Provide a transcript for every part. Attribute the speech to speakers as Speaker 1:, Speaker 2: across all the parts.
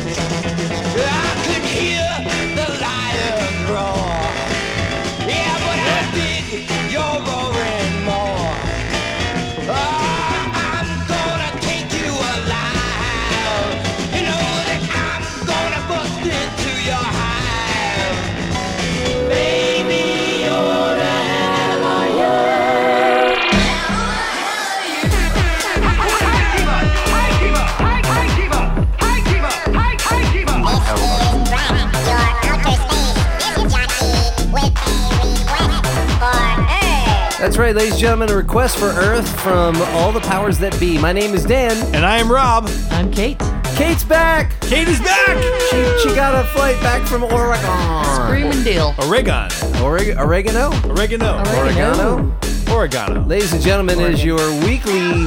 Speaker 1: I could hear the lion roar. Yeah, but I think you're roaring more. Oh, I'm gonna take you alive. You know that I'm gonna bust into your hive. Baby, you're the hell I
Speaker 2: That's right, ladies and gentlemen, a request for Earth from all the powers that be. My name is Dan.
Speaker 3: And I am Rob.
Speaker 4: I'm Kate.
Speaker 2: Kate's back.
Speaker 3: Kate is back.
Speaker 2: She, she got a flight back from Oregon.
Speaker 4: Screaming deal.
Speaker 3: Oregon.
Speaker 2: Oreg- oregano?
Speaker 3: Oregano.
Speaker 2: Oregano?
Speaker 3: Oregano.
Speaker 2: Ladies and gentlemen, it is your weekly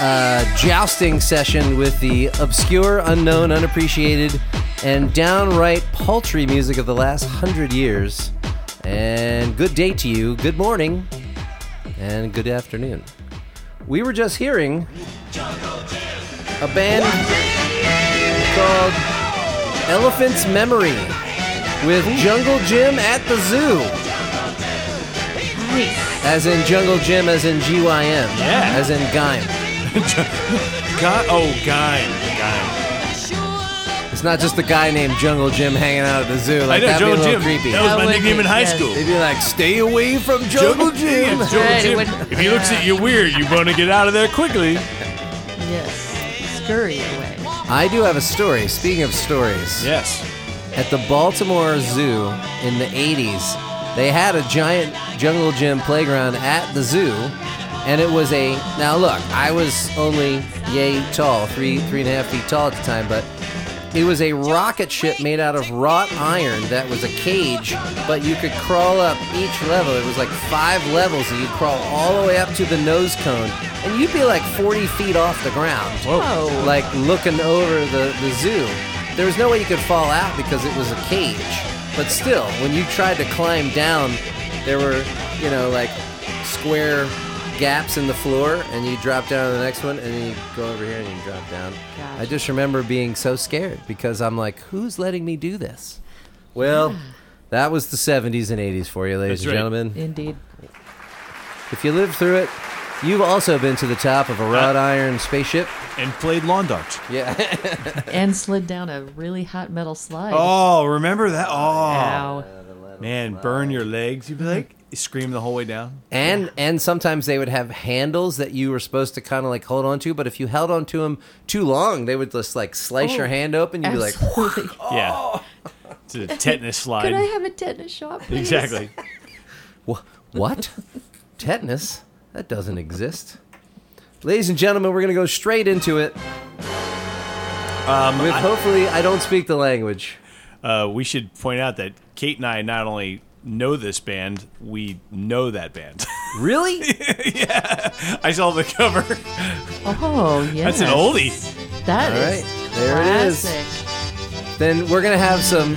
Speaker 2: uh, jousting session with the obscure, unknown, unappreciated, and downright paltry music of the last hundred years. And good day to you, good morning, and good afternoon. We were just hearing a band called Elephant's Memory with Jungle Jim at the Zoo. As in Jungle Jim, as in GYM.
Speaker 3: Yeah.
Speaker 2: As in Gaim.
Speaker 3: Guy- oh, Guy. Guy.
Speaker 2: It's not just the guy named Jungle Jim hanging out at the zoo.
Speaker 3: I
Speaker 2: Like, that'd be
Speaker 3: know,
Speaker 2: a
Speaker 3: Jungle
Speaker 2: little
Speaker 3: Jim.
Speaker 2: creepy.
Speaker 3: That was
Speaker 4: That
Speaker 3: my
Speaker 4: would
Speaker 3: nickname
Speaker 4: be-
Speaker 3: in high
Speaker 4: yes.
Speaker 3: school.
Speaker 2: They'd be like, stay away from Jungle, Jim.
Speaker 3: Yeah, Jungle
Speaker 4: Right, it
Speaker 3: Jim.
Speaker 4: wouldn't-
Speaker 3: If he looks at you weird, you want to get out of there quickly.
Speaker 4: Yes. Scurry away.
Speaker 2: I do have a story. Speaking of stories,
Speaker 3: Yes.
Speaker 2: at the Baltimore Zoo in the 80s, they had a giant Jungle Jim playground at the zoo. And it was a now look, I was only yay tall, three three and a half feet tall at the time, but it was a rocket ship made out of wrought iron that was a cage, but you could crawl up each level. It was like five levels, and you'd crawl all the way up to the nose cone, and you'd be like 40 feet off the ground
Speaker 4: Oh.
Speaker 2: like looking over the, the zoo. There was no way you could fall out because it was a cage. But still, when you tried to climb down, there were, you know, like square gaps in the floor, and you drop down to the next one, and then you go over here and you drop down.
Speaker 4: Gosh.
Speaker 2: I just remember being so scared because I'm like, who's letting me do this? Well, that was the 70s and 80s for you, ladies
Speaker 3: That's
Speaker 2: and
Speaker 3: right.
Speaker 2: gentlemen.
Speaker 4: Indeed.
Speaker 2: If you lived through it, you've also been to the top of a wrought
Speaker 3: Uh,
Speaker 2: iron spaceship.
Speaker 3: And played lawn darts.
Speaker 2: Yeah.
Speaker 4: And slid down a really hot metal slide.
Speaker 3: Oh, remember that? Oh,
Speaker 4: Ow.
Speaker 3: man, burn your legs. You'd be like, scream the whole way down.
Speaker 2: And and sometimes they would have handles that you were supposed to kind of like hold on to, but if you held on to them too long, they would just like slice your hand open. You'd be like,
Speaker 4: Absolutely.
Speaker 3: Yeah. It's a tetanus slide.
Speaker 4: Oh. Could I have a tetanus shot, please?
Speaker 3: exactly.
Speaker 2: "Wha- "What? Tetanus? That doesn't exist." Ladies and gentlemen, we're gonna go straight into it.
Speaker 3: Um,
Speaker 2: With
Speaker 3: I-
Speaker 2: hopefully, I don't speak the language.
Speaker 3: uh, we should point out that Kate and I not only know this band, we know that band.
Speaker 2: Really?
Speaker 3: I saw the cover.
Speaker 4: Oh, yes.
Speaker 3: That's an oldie.
Speaker 4: That
Speaker 2: All
Speaker 4: is
Speaker 2: right, there it is.
Speaker 4: classic.
Speaker 2: then we're gonna have some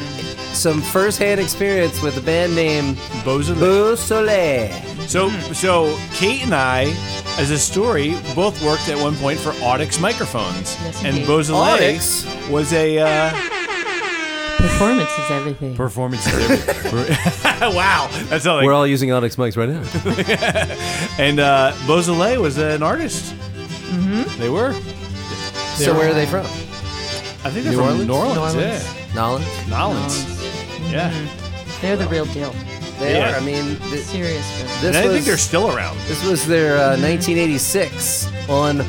Speaker 2: some first-hand experience with a band named
Speaker 3: Bows and-
Speaker 2: Beau Soleil.
Speaker 3: So, so Kate and I, as a story, both worked at one point for Audix microphones,
Speaker 4: Yes,
Speaker 3: and
Speaker 4: indeed.
Speaker 3: Beausoleil
Speaker 2: Audix?
Speaker 3: was a uh,
Speaker 4: Performance is everything.
Speaker 3: performance. wow, that's all.
Speaker 2: We're
Speaker 3: Like,
Speaker 2: all using Onyx mics right now.
Speaker 3: and uh, Beausoleil was an artist.
Speaker 4: Mm-hmm.
Speaker 3: They were.
Speaker 2: so where are they from?
Speaker 3: I think they're
Speaker 2: New
Speaker 3: from
Speaker 2: Orleans?
Speaker 3: New Orleans.
Speaker 4: New Orleans. mm-hmm.
Speaker 3: Yeah.
Speaker 2: Nolans?
Speaker 3: Nolans. Yeah.
Speaker 4: They're the real deal.
Speaker 2: They
Speaker 3: Yeah.
Speaker 2: are. I mean, th-
Speaker 4: Serious real.
Speaker 2: This
Speaker 3: and I
Speaker 2: was,
Speaker 3: think they're still around.
Speaker 2: this was their uh, 1986 on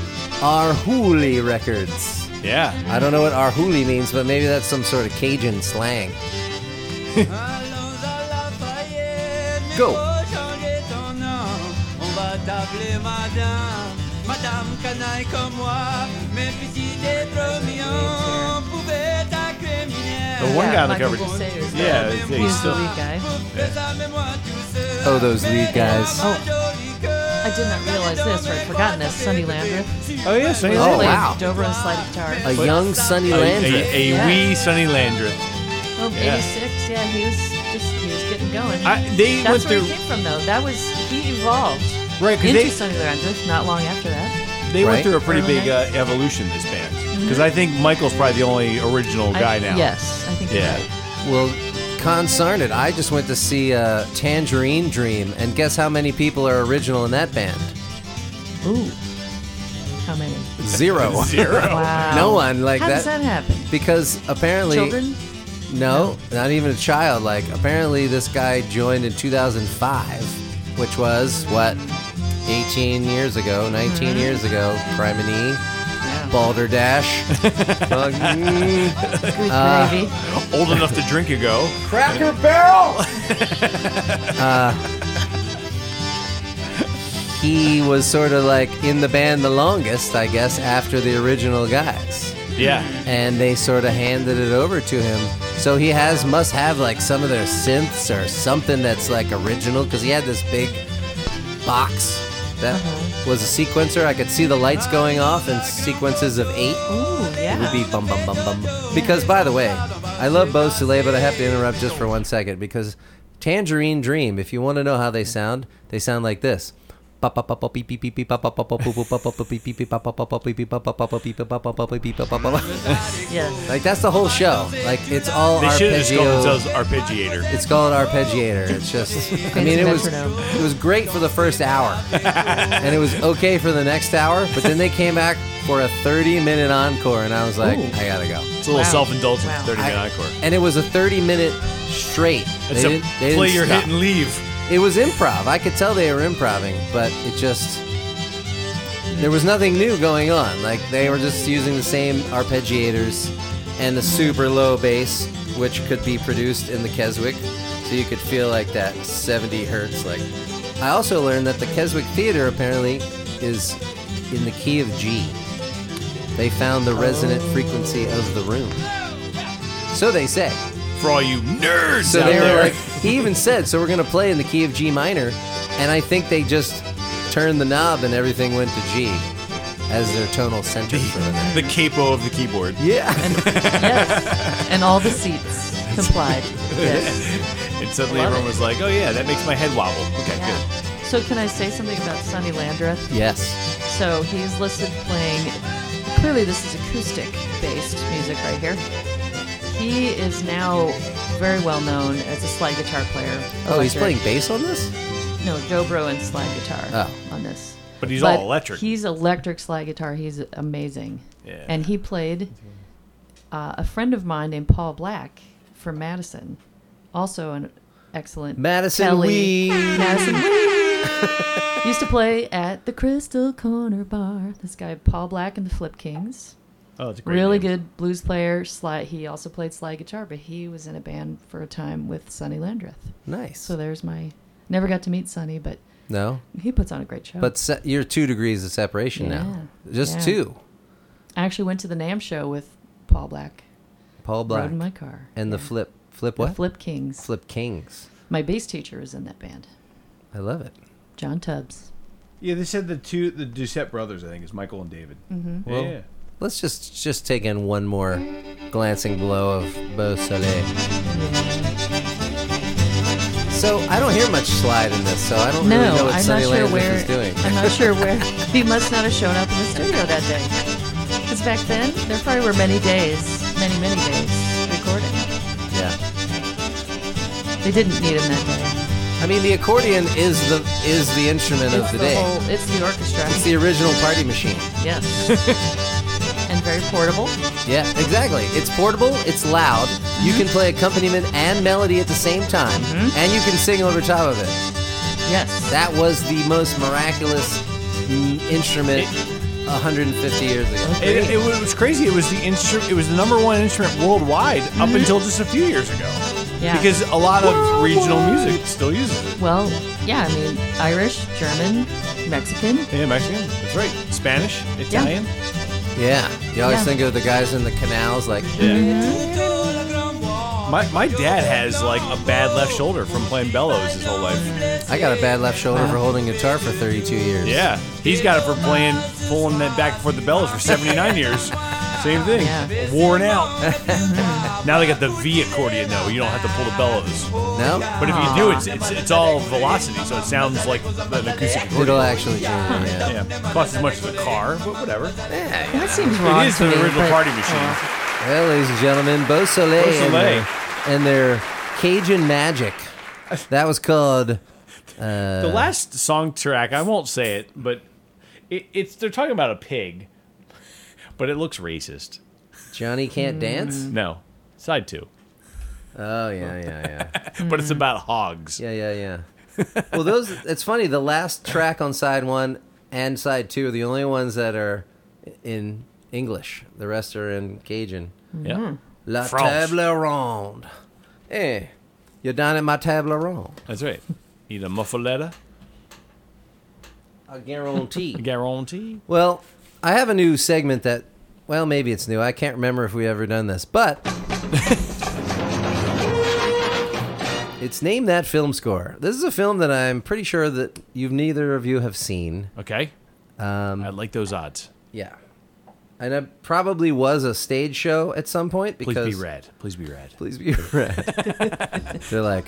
Speaker 2: Arhuli Records.
Speaker 3: Yeah.
Speaker 2: I don't know what Arhuli means, but maybe that's some sort of Cajun slang. Go.
Speaker 5: On va t'appeler madame, madame canaille comme moi, même petit d'être mignon, pouvait t'accueillir
Speaker 3: The one guy on the
Speaker 4: Michael
Speaker 3: cover.
Speaker 4: Bublé is
Speaker 3: Yeah,
Speaker 4: the-
Speaker 3: he's
Speaker 4: he's the
Speaker 3: still-
Speaker 4: lead guy.
Speaker 5: Fais-la, mais moi, tu sais,
Speaker 2: Oh, those lead guys.
Speaker 4: Oh, I I did not realize this or I'd forgotten this. Sunny Landreth.
Speaker 3: Oh, yeah, Sonny
Speaker 2: Oh,
Speaker 4: played
Speaker 3: Landreth.
Speaker 2: wow.
Speaker 4: Dover and slide guitar.
Speaker 2: A young Sonny
Speaker 3: A,
Speaker 2: Landry.
Speaker 3: a, a
Speaker 4: Yeah.
Speaker 3: wee Sonny Landreth.
Speaker 4: oh, 86. Yeah, he was just, he was getting going.
Speaker 3: I, they
Speaker 4: That's where
Speaker 3: went
Speaker 4: he
Speaker 3: through.
Speaker 4: came from, though. That was, he evolved
Speaker 3: Right,
Speaker 4: into
Speaker 3: because they,
Speaker 4: Sonny Landreth not long after that.
Speaker 3: they
Speaker 2: Right.
Speaker 3: went through a pretty
Speaker 4: Early
Speaker 3: big uh, evolution, this band. Because I think Michael's probably the only original guy
Speaker 4: Mm-hmm. I,
Speaker 3: now.
Speaker 4: Yes, I think you're
Speaker 3: Yeah.
Speaker 4: right.
Speaker 2: Well, concerned it. I just went to see uh, Tangerine Dream, and guess how many people are original in that band?
Speaker 4: Ooh. How many?
Speaker 2: Zero.
Speaker 3: Zero.
Speaker 4: Wow.
Speaker 2: no one like
Speaker 4: How
Speaker 2: that.
Speaker 4: does that happen?
Speaker 2: Because apparently,
Speaker 4: Children?
Speaker 2: no, not even a child. Like apparently, this guy joined in 2005, which was what 18 years ago, 19 years ago. E, Criminy,
Speaker 4: Yeah.
Speaker 2: balderdash, Fucking
Speaker 4: Good
Speaker 2: Uh,
Speaker 4: gravy.
Speaker 3: Old enough to drink ago.
Speaker 2: Cracker Barrel. uh, he was sort of like in the band the longest, I guess, after the original guys.
Speaker 3: Yeah.
Speaker 2: and they sort of handed it over to him. So he has must have like some of their synths or something that's like original because he had this big box that was a sequencer. I could see the lights going off in sequences of eight
Speaker 4: Ooh, yeah.
Speaker 2: would be bum bum bum bum. Because by the way, I love Bo Soleil, but I have to interrupt just for one second because Tangerine Dream. If you want to know how they sound, they sound like this.
Speaker 4: yeah.
Speaker 2: Like that's the whole show. Like it's all
Speaker 3: They should have just called
Speaker 2: arpeggio.
Speaker 3: themselves Arpeggiator.
Speaker 2: It's called arpeggiator. It's just. I mean, it was
Speaker 4: metronome.
Speaker 2: it was great for the first hour, and it was okay for the next hour. But then they came back for a 30-minute encore, and I was like,
Speaker 4: Ooh.
Speaker 2: I gotta go.
Speaker 3: It's a little
Speaker 4: Wow.
Speaker 3: self-indulgent.
Speaker 4: Wow.
Speaker 3: 30 minute
Speaker 2: I-
Speaker 3: encore.
Speaker 2: And it was a 30-minute straight.
Speaker 3: It's a play your hit and leave.
Speaker 2: It was improv. I could tell they were improvising, but it just there was nothing new going on. Like they were just using the same arpeggiators and the super low bass, which could be produced in the Keswick, so you could feel like that 70 hertz. Like I also learned that the Keswick Theater apparently is in the key of G. They found the resonant frequency of the room. So they say.
Speaker 3: For all you nerds
Speaker 2: So
Speaker 3: out
Speaker 2: they were
Speaker 3: there.
Speaker 2: like, he even said, so we're going to play in the key of G minor. And I think they just turned the knob and everything went to G as their tonal center for the night.
Speaker 3: the capo of the keyboard.
Speaker 2: Yeah.
Speaker 4: Yes. And all the seats complied. Yes.
Speaker 3: And suddenly
Speaker 4: Love
Speaker 3: everyone
Speaker 4: it.
Speaker 3: was like, oh yeah, that makes my head wobble. Okay,
Speaker 4: Yeah. So can I say something about Sonny Landreth?
Speaker 2: Yes.
Speaker 4: So he's listed playing. Clearly, this is acoustic based music right here. He is now very well known as a slide guitar player.
Speaker 2: Oh, he's
Speaker 4: electric-
Speaker 2: playing bass on this?
Speaker 4: No, dobro and slide guitar
Speaker 2: Oh.
Speaker 4: on this.
Speaker 3: But he's all electric.
Speaker 4: He's electric slide guitar. He's amazing.
Speaker 3: Yeah.
Speaker 4: And he played uh, a friend of mine named Paul Black from Madison, also an excellent
Speaker 2: Madison
Speaker 4: Kelly.
Speaker 2: Wee.
Speaker 4: Madison Wee. used to play at the Crystal Corner Bar. This guy Paul Black and the Flip Kings,
Speaker 3: good. Oh, it's a great
Speaker 4: really
Speaker 3: name.
Speaker 4: good blues player. Slide. He also played slide guitar, but he was in a band for a time with Sonny Landreth.
Speaker 2: Nice.
Speaker 4: So there's my. Never got to meet Sonny, but
Speaker 2: no.
Speaker 4: he puts on a great show.
Speaker 2: But se- you're two degrees of separation now.
Speaker 4: Yeah.
Speaker 2: Just
Speaker 4: Yeah.
Speaker 2: two.
Speaker 4: I actually went to the Nam show with Paul Black.
Speaker 2: Paul Black.
Speaker 4: Rode in my car.
Speaker 2: and the
Speaker 4: Yeah.
Speaker 2: flip. Flip
Speaker 4: The
Speaker 2: what?
Speaker 4: Flip Kings.
Speaker 2: Flip Kings.
Speaker 4: My bass teacher was in that band,
Speaker 2: I love it.
Speaker 4: John Tubbs.
Speaker 6: Yeah, they said the two, the Doucette brothers, I think, is Michael and David. Mm-hmm.
Speaker 2: Well,
Speaker 6: yeah.
Speaker 2: Let's just just take in one more glancing blow of Beau Soleil. So I don't hear much slide in this, so I don't really know
Speaker 4: No,
Speaker 2: what
Speaker 4: I'm
Speaker 2: Sunny
Speaker 4: not sure
Speaker 2: Landreth
Speaker 4: where.
Speaker 2: is doing.
Speaker 4: I'm not sure where. He must not have shown up in the studio that day. Because back then, there probably were many days, many, many days recording.
Speaker 2: Yeah,
Speaker 4: They didn't need him that
Speaker 2: I mean the accordion is the is the instrument
Speaker 4: day.
Speaker 2: of
Speaker 4: it's
Speaker 2: the, day.
Speaker 4: whole. It's the orchestra.
Speaker 2: It's the original party machine.
Speaker 4: yes. and very portable.
Speaker 2: Yeah, exactly. It's portable. It's loud. You can play accompaniment and melody at the same time,
Speaker 4: Mm-hmm.
Speaker 2: and you can sing over top of it.
Speaker 4: Yes.
Speaker 2: That was the most miraculous mm, instrument 150 years ago.
Speaker 3: It, it, was- it was crazy. It was the instru- It was the number one instrument worldwide up until just a few years ago.
Speaker 4: Yeah.
Speaker 3: Because a lot of regional music still uses it.
Speaker 4: Well, yeah, I mean, Irish, German, Mexican.
Speaker 3: Yeah, Mexican. That's right. Spanish, Italian.
Speaker 2: Yeah, you always
Speaker 4: Yeah.
Speaker 2: think of the guys in the canals, like
Speaker 3: Yeah.
Speaker 5: Tutto la gran voix.
Speaker 3: My, my dad has like a bad left shoulder from playing bellows his whole life.
Speaker 2: I got a bad left shoulder for holding guitar for 32 years.
Speaker 3: Yeah, he's got it for playing pulling that back before the bellows for 79 years. Same thing,
Speaker 4: Yeah.
Speaker 3: worn out. now they got the V accordion though. You don't have to pull the bellows,
Speaker 2: No?
Speaker 3: but if you do, it's it's, it's all velocity, so it sounds like an acoustic accordion.
Speaker 2: It'll actually yeah, yeah.
Speaker 3: Yeah, costs as much as a car, but whatever.
Speaker 4: That seems wrong.
Speaker 3: is
Speaker 4: to
Speaker 3: the
Speaker 4: me,
Speaker 3: original
Speaker 4: but-
Speaker 3: party machine.
Speaker 4: Oh.
Speaker 2: Well, ladies and gentlemen, Beau Soleil,
Speaker 3: Beau
Speaker 2: And,
Speaker 3: Soleil.
Speaker 2: their, and their Cajun Magic. That was called.
Speaker 3: The last song track, I won't say it, but it, it's they're talking about a pig, but it looks racist.
Speaker 2: Johnny Can't Dance?
Speaker 3: No, side two,
Speaker 2: Oh, yeah, yeah, yeah.
Speaker 3: but it's about hogs.
Speaker 2: Yeah, yeah, yeah. well, those. It's funny. The last track on side one and side two are the only ones that are in English. The rest are in Cajun.
Speaker 3: Yeah.
Speaker 2: La
Speaker 3: France.
Speaker 2: table ronde. Eh, you're down at my table ronde.
Speaker 3: that's right. Need a muffaletta,
Speaker 2: I guarantee.
Speaker 3: guarantee.
Speaker 2: well, I have a new segment that. Well, maybe it's new. I can't remember if we ever done this, but. It's named that film score. This is a film that I'm pretty sure that you've neither of you have seen.
Speaker 3: Okay, um, I like those odds.
Speaker 2: Yeah. And it probably was a stage show at some point
Speaker 3: Please
Speaker 2: because
Speaker 3: be red. Please be red.
Speaker 2: Please be red. They're like,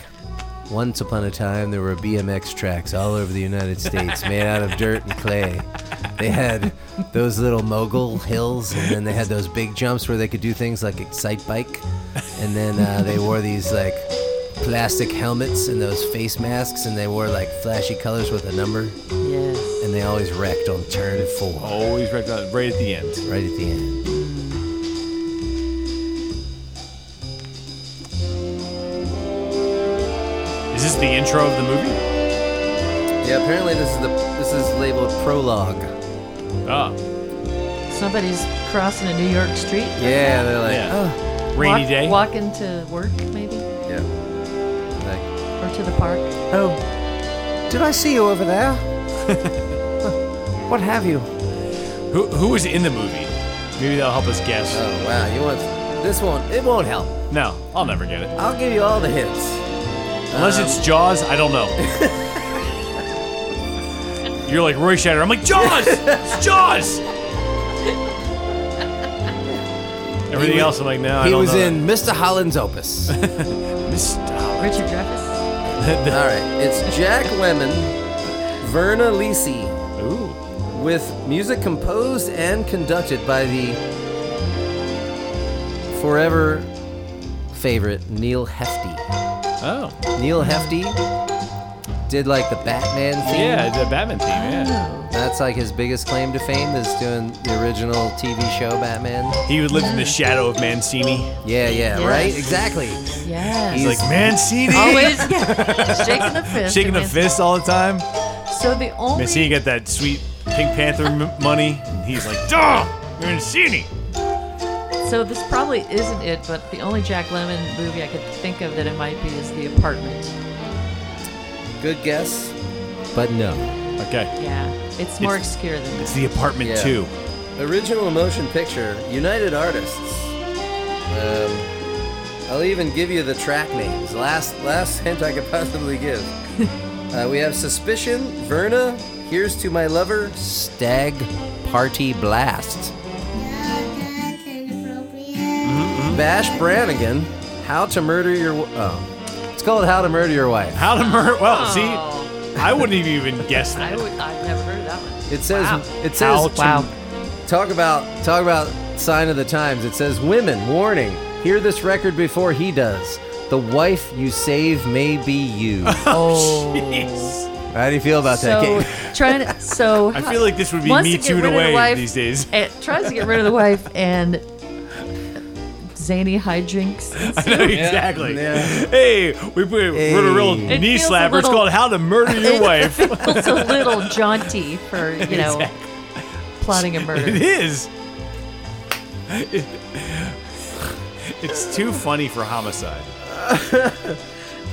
Speaker 2: once upon a time there were BMX tracks all over the United States made out of dirt and clay. They had those little mogul hills, and then they had those big jumps where they could do things like excite bike, and then uh, they wore these like plastic helmets and those face masks, and they wore like flashy colors with a number,
Speaker 4: oh, Yes.
Speaker 2: and they always wrecked on turn four
Speaker 3: Always right, down- right at the end.
Speaker 2: right at the end.
Speaker 3: Is this the intro of the movie?
Speaker 2: Yeah, apparently this is the this is labeled prologue.
Speaker 3: Ah,
Speaker 4: Somebody's crossing a New York street.
Speaker 2: Yeah, they're like,
Speaker 3: Yeah.
Speaker 2: oh,
Speaker 3: rainy
Speaker 4: Walk-
Speaker 3: day.
Speaker 4: Walking to work, maybe,
Speaker 2: yeah. Like,
Speaker 4: or to the park.
Speaker 2: oh, did I see you over there? what have you?
Speaker 3: Who who was in the movie? Maybe that'll help us guess.
Speaker 2: Oh wow, you want this won't it won't help.
Speaker 3: no, I'll never get it
Speaker 2: I'll give you all the hints.
Speaker 3: unless
Speaker 2: um,
Speaker 3: it's Jaws. I don't know. You're like Roy Shatter. I'm like Jaws. It's Jaws. Everything
Speaker 2: was-
Speaker 3: else, I'm like, no. I
Speaker 2: He
Speaker 3: don't
Speaker 2: was
Speaker 3: know that.
Speaker 2: in Mr. Holland's opus. all
Speaker 3: Stop.
Speaker 4: Richard Dreyfuss.
Speaker 2: right, it's Jack Lemmon, Verna Lisi,
Speaker 3: Ooh.
Speaker 2: with music composed and conducted by the forever favorite Neil Hefti.
Speaker 3: Oh.
Speaker 2: Neil Hefti did like the Batman theme.
Speaker 3: Yeah, the Batman theme, yeah.
Speaker 4: Oh,
Speaker 2: That's like his biggest claim to fame is doing the original TV show Batman.
Speaker 3: He would live in the shadow of Mancini.
Speaker 2: Yeah, yeah,
Speaker 4: Yes.
Speaker 2: right? Exactly.
Speaker 4: Yes.
Speaker 2: He's-
Speaker 3: Like, Mancini?
Speaker 4: Always yeah, shaking the fist.
Speaker 3: Shaking the
Speaker 4: against-
Speaker 3: fist all the time.
Speaker 4: So the only
Speaker 3: Mancini got that sweet Pink Panther m- money. And he's like, duh, you're Mancini.
Speaker 4: so this probably isn't it, but the only Jack Lemmon movie I could think of that it might be is The Apartment.
Speaker 2: Good guess. But no.
Speaker 3: Okay.
Speaker 4: Yeah, it's more obscure than
Speaker 3: It's
Speaker 4: that.
Speaker 3: the apartment,
Speaker 2: Yeah.
Speaker 3: too.
Speaker 2: Original motion picture, United Artists. Um, I'll even give you the track names. Last last hint I could possibly give. uh, we have Suspicion, Verna, Here's to My Lover, Stag Party Blast. Bash Brannigan, How to Murder Your W- Oh. It's called How to Murder Your Wife.
Speaker 3: How to murder. Well, see,
Speaker 4: Oh,
Speaker 3: I wouldn't have even guess
Speaker 4: I
Speaker 3: that.
Speaker 4: would, I've never heard of that one.
Speaker 2: It says
Speaker 4: Wow.
Speaker 2: it says
Speaker 3: How to-
Speaker 4: Wow.
Speaker 2: talk about talk about sign of the times. It says women, warning, hear this record before he does. The wife you save may be you.
Speaker 4: Oh,
Speaker 3: Jeez.
Speaker 2: How do you feel about that?
Speaker 4: so
Speaker 2: Kate?
Speaker 4: trying to so.
Speaker 3: I feel like this would be
Speaker 4: wants
Speaker 3: Me
Speaker 4: to get
Speaker 3: Too'd
Speaker 4: rid of the
Speaker 3: away
Speaker 4: wife,
Speaker 3: these days.
Speaker 4: It tries to get rid of the wife and zany hijinks. ensue.
Speaker 3: exactly. Hey, we put a real
Speaker 2: Hey.
Speaker 4: It
Speaker 3: knee
Speaker 4: feels a
Speaker 3: slapper. It's
Speaker 4: little-
Speaker 3: called How to Murder Your Wife.
Speaker 4: It's a little jaunty for you know plotting a
Speaker 3: It
Speaker 4: murder.
Speaker 3: is. It- it's too funny for homicide.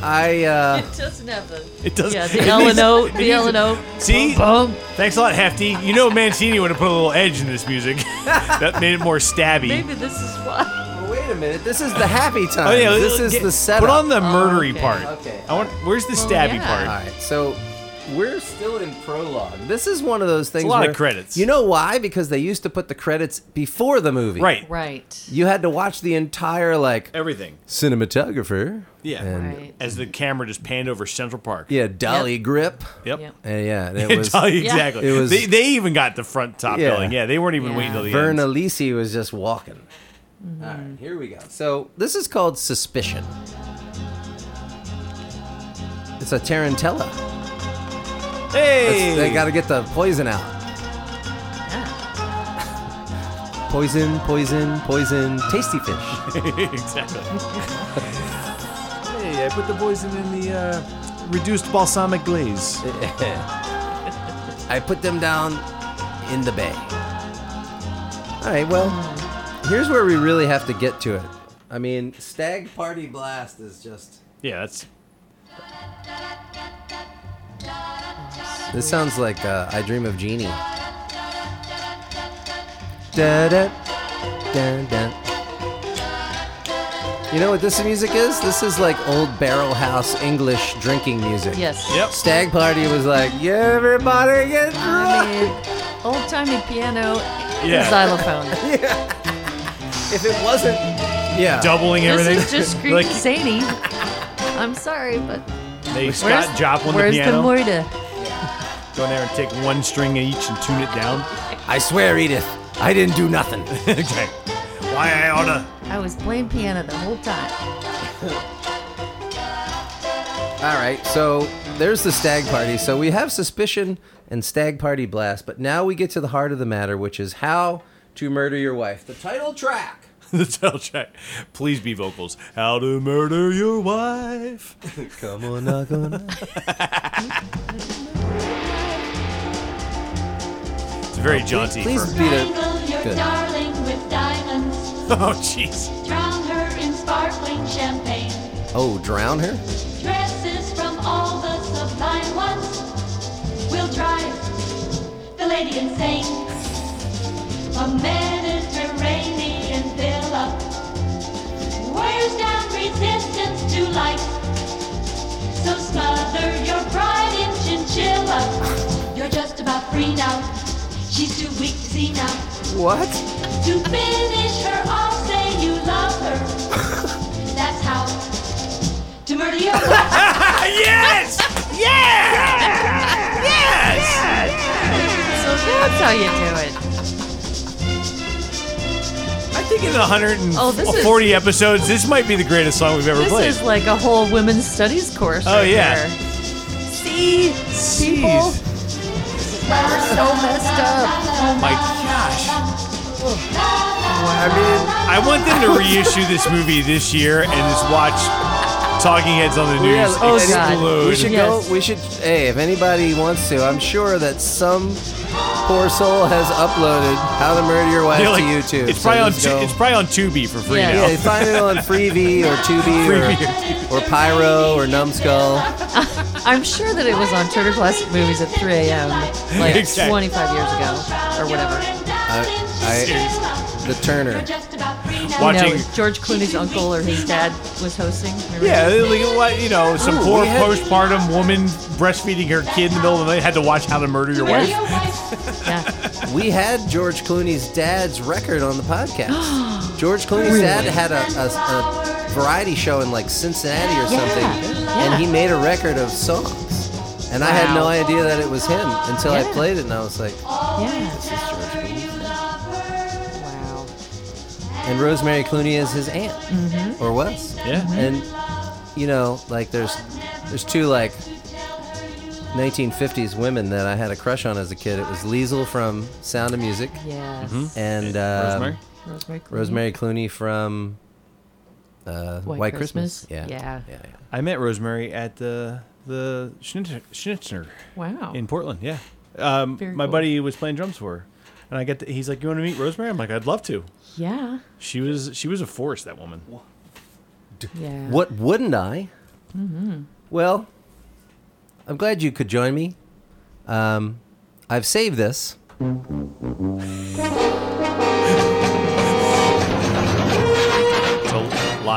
Speaker 2: I uh,
Speaker 4: It doesn't have the
Speaker 3: It does.
Speaker 4: yeah the L and O the L and O.
Speaker 3: See,
Speaker 4: Boom.
Speaker 3: thanks a lot, Hefty. You know Mancini would have put a little edge in this music. that made it more stabby.
Speaker 4: Maybe this is why.
Speaker 2: Well, wait a minute. This is the happy time.
Speaker 3: Oh, yeah,
Speaker 2: this
Speaker 3: get-
Speaker 2: is the setup.
Speaker 3: Put on the murdery
Speaker 4: Oh, okay.
Speaker 3: part.
Speaker 2: Okay.
Speaker 3: I want. Where's the
Speaker 4: Well,
Speaker 3: stabby
Speaker 4: yeah.
Speaker 2: All
Speaker 3: part?
Speaker 2: right, so we're still in prologue. This is one of those things.
Speaker 3: lot of
Speaker 2: where-
Speaker 3: credits.
Speaker 2: You know why? Because they used to put the credits before the movie.
Speaker 3: Right.
Speaker 4: Right.
Speaker 2: You had to watch the entire like
Speaker 3: Everything.
Speaker 2: cinematographer.
Speaker 3: Yeah.
Speaker 2: And-
Speaker 4: Right.
Speaker 3: As the camera just panned over Central Park.
Speaker 2: Yeah, dolly
Speaker 4: Yep.
Speaker 2: grip.
Speaker 3: Yep.
Speaker 4: Yep.
Speaker 2: And yeah, and it
Speaker 3: It's
Speaker 2: was
Speaker 3: all- exactly.
Speaker 2: It was-
Speaker 3: they, they even got the front top
Speaker 2: Yeah.
Speaker 3: billing. Yeah, they weren't even
Speaker 4: Yeah.
Speaker 3: waiting till the
Speaker 2: Vern
Speaker 3: end.
Speaker 2: Alisi was just walking. All right, here we go. So this is called Suspicion. It's a Tarantella.
Speaker 3: Hey,
Speaker 2: It's- They got to get the poison out. Poison, poison, poison, tasty fish.
Speaker 3: exactly. hey, I put the poison in the uh, reduced balsamic glaze.
Speaker 2: I put them down in the bay. All right, well, here's where we really have to get to it. I mean, Stag Party Blast is just.
Speaker 3: Yeah, that's
Speaker 2: This sounds like uh, I Dream of Jeannie. Da da da da. You know what this music is? This is like old barrel house English drinking music.
Speaker 4: Yes.
Speaker 3: yep.
Speaker 2: Stag Party was like, yeah, everybody get drunk.
Speaker 4: I mean, old timey piano and
Speaker 3: Yeah.
Speaker 4: xylophone.
Speaker 2: If it wasn't, yeah,
Speaker 3: Doubling everything.
Speaker 4: this is just creepy
Speaker 3: like
Speaker 4: zany. I'm sorry, but
Speaker 3: they Scott Joplin the
Speaker 4: where's
Speaker 3: piano.
Speaker 4: the murder?
Speaker 3: Go in there and take one string of each and tune it down.
Speaker 2: I swear, Edith, I didn't do nothing.
Speaker 3: okay. Why I oughta?
Speaker 4: I was playing piano the whole time.
Speaker 2: All right, so there's the stag party. So we have suspicion and stag party blast, but now we get to the heart of the matter, which is how to murder your wife. The title track.
Speaker 3: the title track. Please be vocals. How to murder your wife.
Speaker 2: Come on, knock on.
Speaker 3: It's very jaunty.
Speaker 2: Please
Speaker 3: for-
Speaker 2: beat it.
Speaker 7: Strangle your
Speaker 2: Good.
Speaker 7: darling with diamonds.
Speaker 3: Oh jeez.
Speaker 7: Drown her in sparkling champagne.
Speaker 2: Oh, drown her.
Speaker 7: Dresses from all the sublime ones. We'll drive the lady insane. A Mediterranean villa wears down resistance to life. So smother your pride in chinchilla. You're just about free now. She's too weak to see now.
Speaker 2: What?
Speaker 7: To finish her off, say you love her. That's how to murder your wife.
Speaker 3: Ah, yes! Yeah! Yes!
Speaker 4: So that's how you do it.
Speaker 3: I think in 140
Speaker 4: Oh, this is-
Speaker 3: episodes, this might be the greatest song we've ever
Speaker 4: This
Speaker 3: played.
Speaker 4: is like a whole women's studies course.
Speaker 3: Oh,
Speaker 4: right
Speaker 3: yeah.
Speaker 4: There. See, people,
Speaker 3: Jeez.
Speaker 4: we're so messed up.
Speaker 3: My gosh.
Speaker 2: I mean,
Speaker 3: I want them to reissue this movie this year and just watch Talking Heads on the News.
Speaker 2: Yeah, oh,
Speaker 4: God.
Speaker 3: explode.
Speaker 2: we should
Speaker 4: Yes.
Speaker 2: go. We should. Hey, if anybody wants to, I'm sure that some poor soul has uploaded "How to Murder Your Wife"
Speaker 3: They're like-
Speaker 2: to YouTube.
Speaker 3: It's
Speaker 2: So
Speaker 3: probably on
Speaker 2: just
Speaker 3: Tu-
Speaker 2: go-
Speaker 3: it's probably on Tubi for free
Speaker 4: Yeah.
Speaker 3: now.
Speaker 2: Yeah, you find it on Freebie or Tubi or, or Pyro or Numbskull.
Speaker 4: I'm sure that it was on Turner Classic Movies at 3 a.m. like
Speaker 3: Exactly.
Speaker 4: 25 years ago or whatever.
Speaker 2: I, the Turner.
Speaker 7: Just about free now.
Speaker 3: Watch-
Speaker 4: You know,
Speaker 3: Watching-
Speaker 4: George Clooney's uncle or his dad was hosting. remember?
Speaker 3: Yeah, like what you know, some
Speaker 2: Ooh,
Speaker 3: poor
Speaker 2: we had-
Speaker 3: postpartum woman breastfeeding her kid in the middle of the night had to watch How to Murder Your
Speaker 7: Murder
Speaker 3: Wife.
Speaker 7: your wife.
Speaker 4: Yeah.
Speaker 2: We had George Clooney's dad's record on the podcast. George Clooney's dad had a, a, a variety show in like Cincinnati or something,
Speaker 4: Yeah,
Speaker 2: and
Speaker 4: yeah.
Speaker 2: he made a record of songs. And I had no
Speaker 4: Wow.
Speaker 2: idea that it was him until I
Speaker 4: Yeah.
Speaker 2: played it, and I was like,
Speaker 4: Yeah.
Speaker 2: "This is George Clooney."
Speaker 4: Wow.
Speaker 2: And Rosemary Clooney is his aunt,
Speaker 4: Mm-hmm.
Speaker 2: or was.
Speaker 3: Yeah.
Speaker 2: and you know like there's there's two like 1950s women that I had a crush on as a kid. It was Liesel from Sound of Music
Speaker 4: Yes.
Speaker 2: and um,
Speaker 3: Rosemary?
Speaker 4: Rosemary. Clooney.
Speaker 2: Mm-hmm. Rosemary Clooney from uh, White, Christmas.
Speaker 4: Christmas?
Speaker 2: Yeah.
Speaker 4: Yeah.
Speaker 2: yeah.
Speaker 3: I met Rosemary at the the Schnitzner, Schnitzner
Speaker 4: Wow.
Speaker 3: in Portland. Yeah, um,
Speaker 4: Very
Speaker 3: my
Speaker 4: cool.
Speaker 3: buddy was playing drums for her, and I get to, he's like, "You want to meet Rosemary?" I'm like, "I'd love to."
Speaker 4: yeah.
Speaker 3: She was she was a force that woman.
Speaker 4: Yeah.
Speaker 2: What wouldn't I? Mm-hmm. Well, I'm glad you could join me. Um, I've saved this.
Speaker 3: lot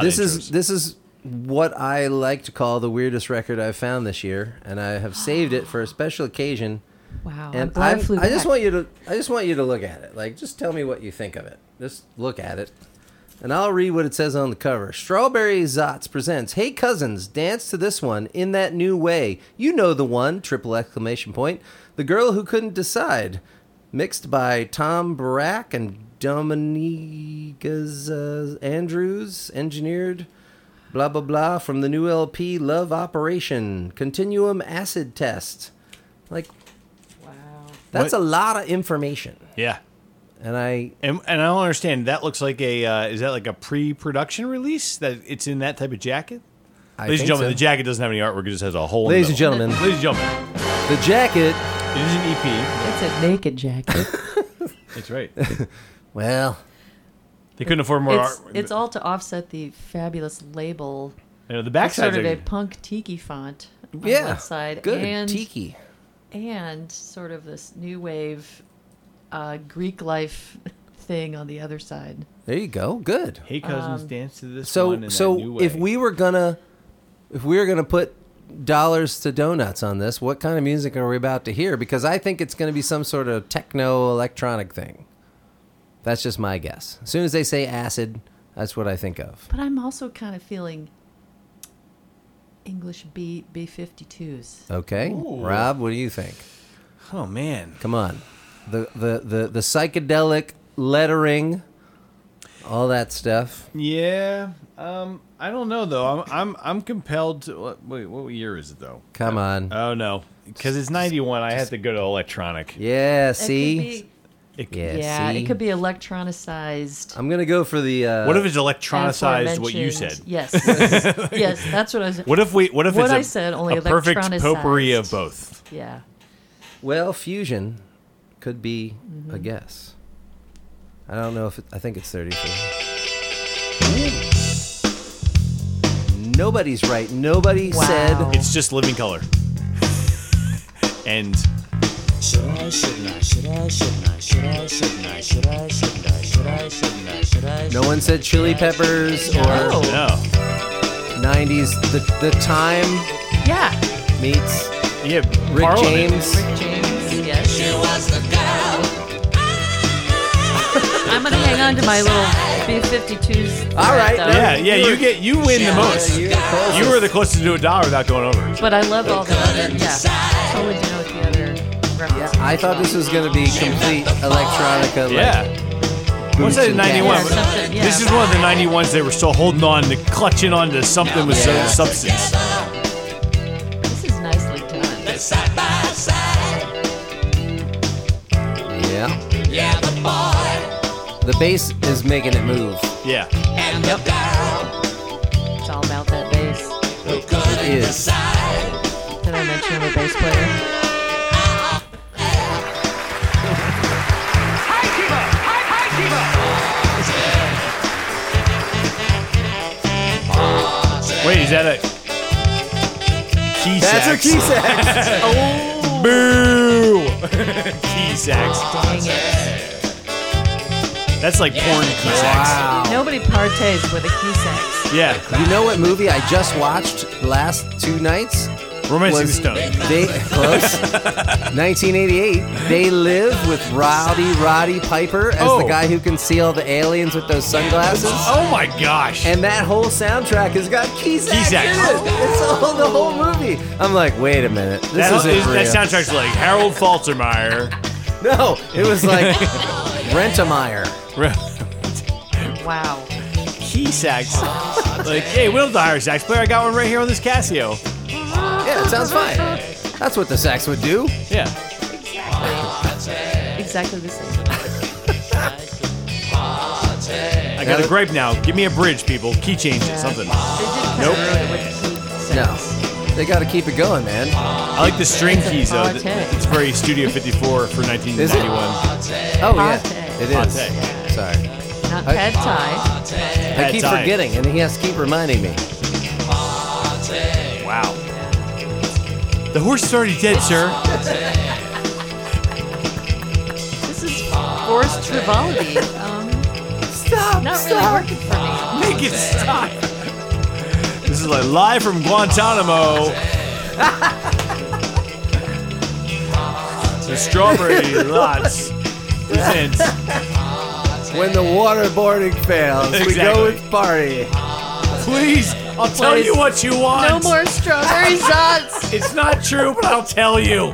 Speaker 2: this
Speaker 3: of
Speaker 2: is
Speaker 3: intros.
Speaker 2: this is what I like to call the weirdest record I've found this year, and I have saved it for a special occasion.
Speaker 4: Wow. I'm
Speaker 2: And
Speaker 4: glad I,
Speaker 2: I'm-
Speaker 4: flew
Speaker 2: I just
Speaker 4: back.
Speaker 2: want you to I just want you to look at it. Like just tell me what you think of it. Just look at it. And I'll read what it says on the cover. Strawberry Zots presents Hey Cousins, dance to this one in that new way. You know the one, triple exclamation point. The girl who couldn't decide. Mixed by Tom Barack and Dominicas uh, Andrews, engineered blah blah blah from the new LP Love Operation. Continuum acid test. Like that's
Speaker 3: What-
Speaker 2: a lot of information,
Speaker 3: yeah.
Speaker 2: and I
Speaker 3: And, and I don't understand. That looks like a uh, is that like a pre-production release that it's in that type of jacket?
Speaker 2: I
Speaker 3: Ladies
Speaker 2: think
Speaker 3: and gentlemen,
Speaker 2: so.
Speaker 3: the jacket doesn't have any artwork; it just has a hole.
Speaker 2: Ladies
Speaker 3: in
Speaker 2: and
Speaker 3: the middle.
Speaker 2: gentlemen,
Speaker 3: ladies and gentlemen,
Speaker 2: the jacket.
Speaker 3: it is an E
Speaker 4: It's
Speaker 3: EP.
Speaker 4: a naked jacket.
Speaker 6: That's right.
Speaker 2: Well,
Speaker 3: They couldn't afford more
Speaker 4: it's,
Speaker 3: artwork.
Speaker 4: it's all to offset the fabulous label.
Speaker 3: you know, the
Speaker 4: It's
Speaker 3: backside.
Speaker 4: sort of a punk tiki font on
Speaker 2: yeah,
Speaker 4: one side.
Speaker 2: good
Speaker 4: and
Speaker 2: tiki.
Speaker 4: and sort of this new wave uh, Greek life thing on the other side.
Speaker 2: There you go. Good.
Speaker 6: Hey
Speaker 4: um,
Speaker 6: cousins, dance to this one
Speaker 2: So
Speaker 6: in that new
Speaker 2: so
Speaker 6: way.
Speaker 2: if we were gonna if we were gonna put dollars to donuts on this, what kind of music are we about to hear? Because I think it's gonna be some sort of techno electronic thing. That's just my guess. As soon as they say acid, that's what I think of.
Speaker 4: But I'm also kind of feeling English B B 52s.
Speaker 2: Okay, Rob, what do you think?
Speaker 3: oh man,
Speaker 2: Come on, the the the, the psychedelic lettering, all that stuff.
Speaker 6: yeah, um, I don't know though. I'm I'm I'm compelled to. What, wait, what year is it though?
Speaker 2: Come on,
Speaker 6: Uh,
Speaker 3: oh no, because it's ninety-one. I had to go to electronic.
Speaker 2: yeah.
Speaker 4: It could
Speaker 2: See,
Speaker 4: be-
Speaker 3: It-
Speaker 2: yeah.
Speaker 4: yeah,
Speaker 2: see? Um,
Speaker 4: it could be electronicized.
Speaker 2: I'm gonna go for the. Uh,
Speaker 3: What if it's electronicized? What you
Speaker 4: aforementioned- Yes.
Speaker 3: said.
Speaker 4: yes, that's what I was.
Speaker 3: What if we? What if
Speaker 4: What
Speaker 3: it's
Speaker 4: I
Speaker 3: a-
Speaker 4: said, only
Speaker 3: a perfect
Speaker 4: electronicized.
Speaker 3: potpourri of both?
Speaker 4: Yeah.
Speaker 2: well fusion? Could be a
Speaker 4: Mm-hmm.
Speaker 2: guess. I don't know if it, I think it's 33. Nobody's right. Nobody
Speaker 4: Wow.
Speaker 2: said.
Speaker 3: It's just living color. and
Speaker 8: Should I, shouldn't I, should I, shouldn't I, should I, shouldn't I, should I, shouldn't I, should I, shouldn't I, should I,
Speaker 2: No one said Chili Peppers or
Speaker 4: No.
Speaker 3: no,
Speaker 2: 90s. The the time
Speaker 4: Yeah.
Speaker 2: meets
Speaker 3: yeah,
Speaker 2: Rick
Speaker 3: Parliament.
Speaker 2: James.
Speaker 4: Rick James. Yes. She was the girl. I'm gonna hang on to my little B52s.
Speaker 2: All right,
Speaker 4: though.
Speaker 3: Yeah, yeah, you get you win the most.
Speaker 2: Yeah, you're
Speaker 3: You were the closest to a dollar without going over.
Speaker 4: But I love all the other. Yeah. Totally down with the other references.
Speaker 2: I thought this was going to be complete electronica. like-
Speaker 3: Yeah. What's that?
Speaker 4: Yeah,
Speaker 3: Ninety-one.
Speaker 4: something, yeah.
Speaker 3: This is one of the ninety-ones they were still holding on to, clutching on to something with some
Speaker 2: Yeah.
Speaker 3: substance.
Speaker 4: This is nicely done.
Speaker 2: yeah. Yeah, the boy. The bass is making it move.
Speaker 3: Yeah.
Speaker 4: It's all about that bass
Speaker 2: It is.
Speaker 4: that I mentioned I'm a bass player.
Speaker 3: Wait, is that a key
Speaker 2: That's a
Speaker 3: sax?
Speaker 2: key sax.
Speaker 3: Boo! key sax.
Speaker 4: Dang it.
Speaker 3: That's like porn key sax.
Speaker 2: Wow.
Speaker 4: Nobody partays with a key sax.
Speaker 3: Yeah.
Speaker 2: You know what movie I just watched last two nights?
Speaker 3: Romancing the
Speaker 2: Was
Speaker 3: Stone.
Speaker 2: they close? 1988. They live with Rowdy Roddy Piper as the
Speaker 3: Oh.
Speaker 2: guy who can see all the aliens with those sunglasses.
Speaker 3: Oh my gosh.
Speaker 2: And that whole soundtrack has got key sax,
Speaker 3: sax.
Speaker 2: in it. It's all the whole movie. I'm like, wait a minute, this
Speaker 3: that,
Speaker 2: isn't
Speaker 3: is,
Speaker 2: real.
Speaker 3: that soundtrack's like Harold Faltermeyer.
Speaker 2: no, it was like Rentemeyer.
Speaker 4: Wow.
Speaker 3: key sax. like, hey, we don't have to hire a sax player. I got one right here on this Casio.
Speaker 2: Yeah, it sounds fine. That's what the sax would do.
Speaker 3: Yeah.
Speaker 4: Exactly the same.
Speaker 3: I got a gripe now. Give me a bridge, people. Key changes, something. I
Speaker 4: They did kind
Speaker 3: Nope.
Speaker 4: of ruin it with the key
Speaker 2: No,
Speaker 4: sax.
Speaker 2: they got to keep it going, man.
Speaker 3: like the string
Speaker 4: It's a
Speaker 3: keys, though.
Speaker 4: pate.
Speaker 3: It's very Studio 54 for 1991.
Speaker 2: Oh yeah,
Speaker 4: Pate.
Speaker 2: it is.
Speaker 3: Pate.
Speaker 2: Sorry,
Speaker 4: Not
Speaker 2: I-
Speaker 4: pad thai.
Speaker 2: I keep
Speaker 3: time.
Speaker 2: forgetting, and he has to keep reminding me.
Speaker 3: Wow. The horse is already dead, sir.
Speaker 4: This is forced frivolity. Um,
Speaker 2: Stop!
Speaker 4: not really working for me.
Speaker 3: Make it stop. This is like live from Guantanamo. the strawberry lots presents.
Speaker 2: When the waterboarding fails, we
Speaker 3: Exactly.
Speaker 2: go with party.
Speaker 3: Please, I'll tell you what you want.
Speaker 4: No more strawberry shots.
Speaker 3: It's not true, but I'll tell you.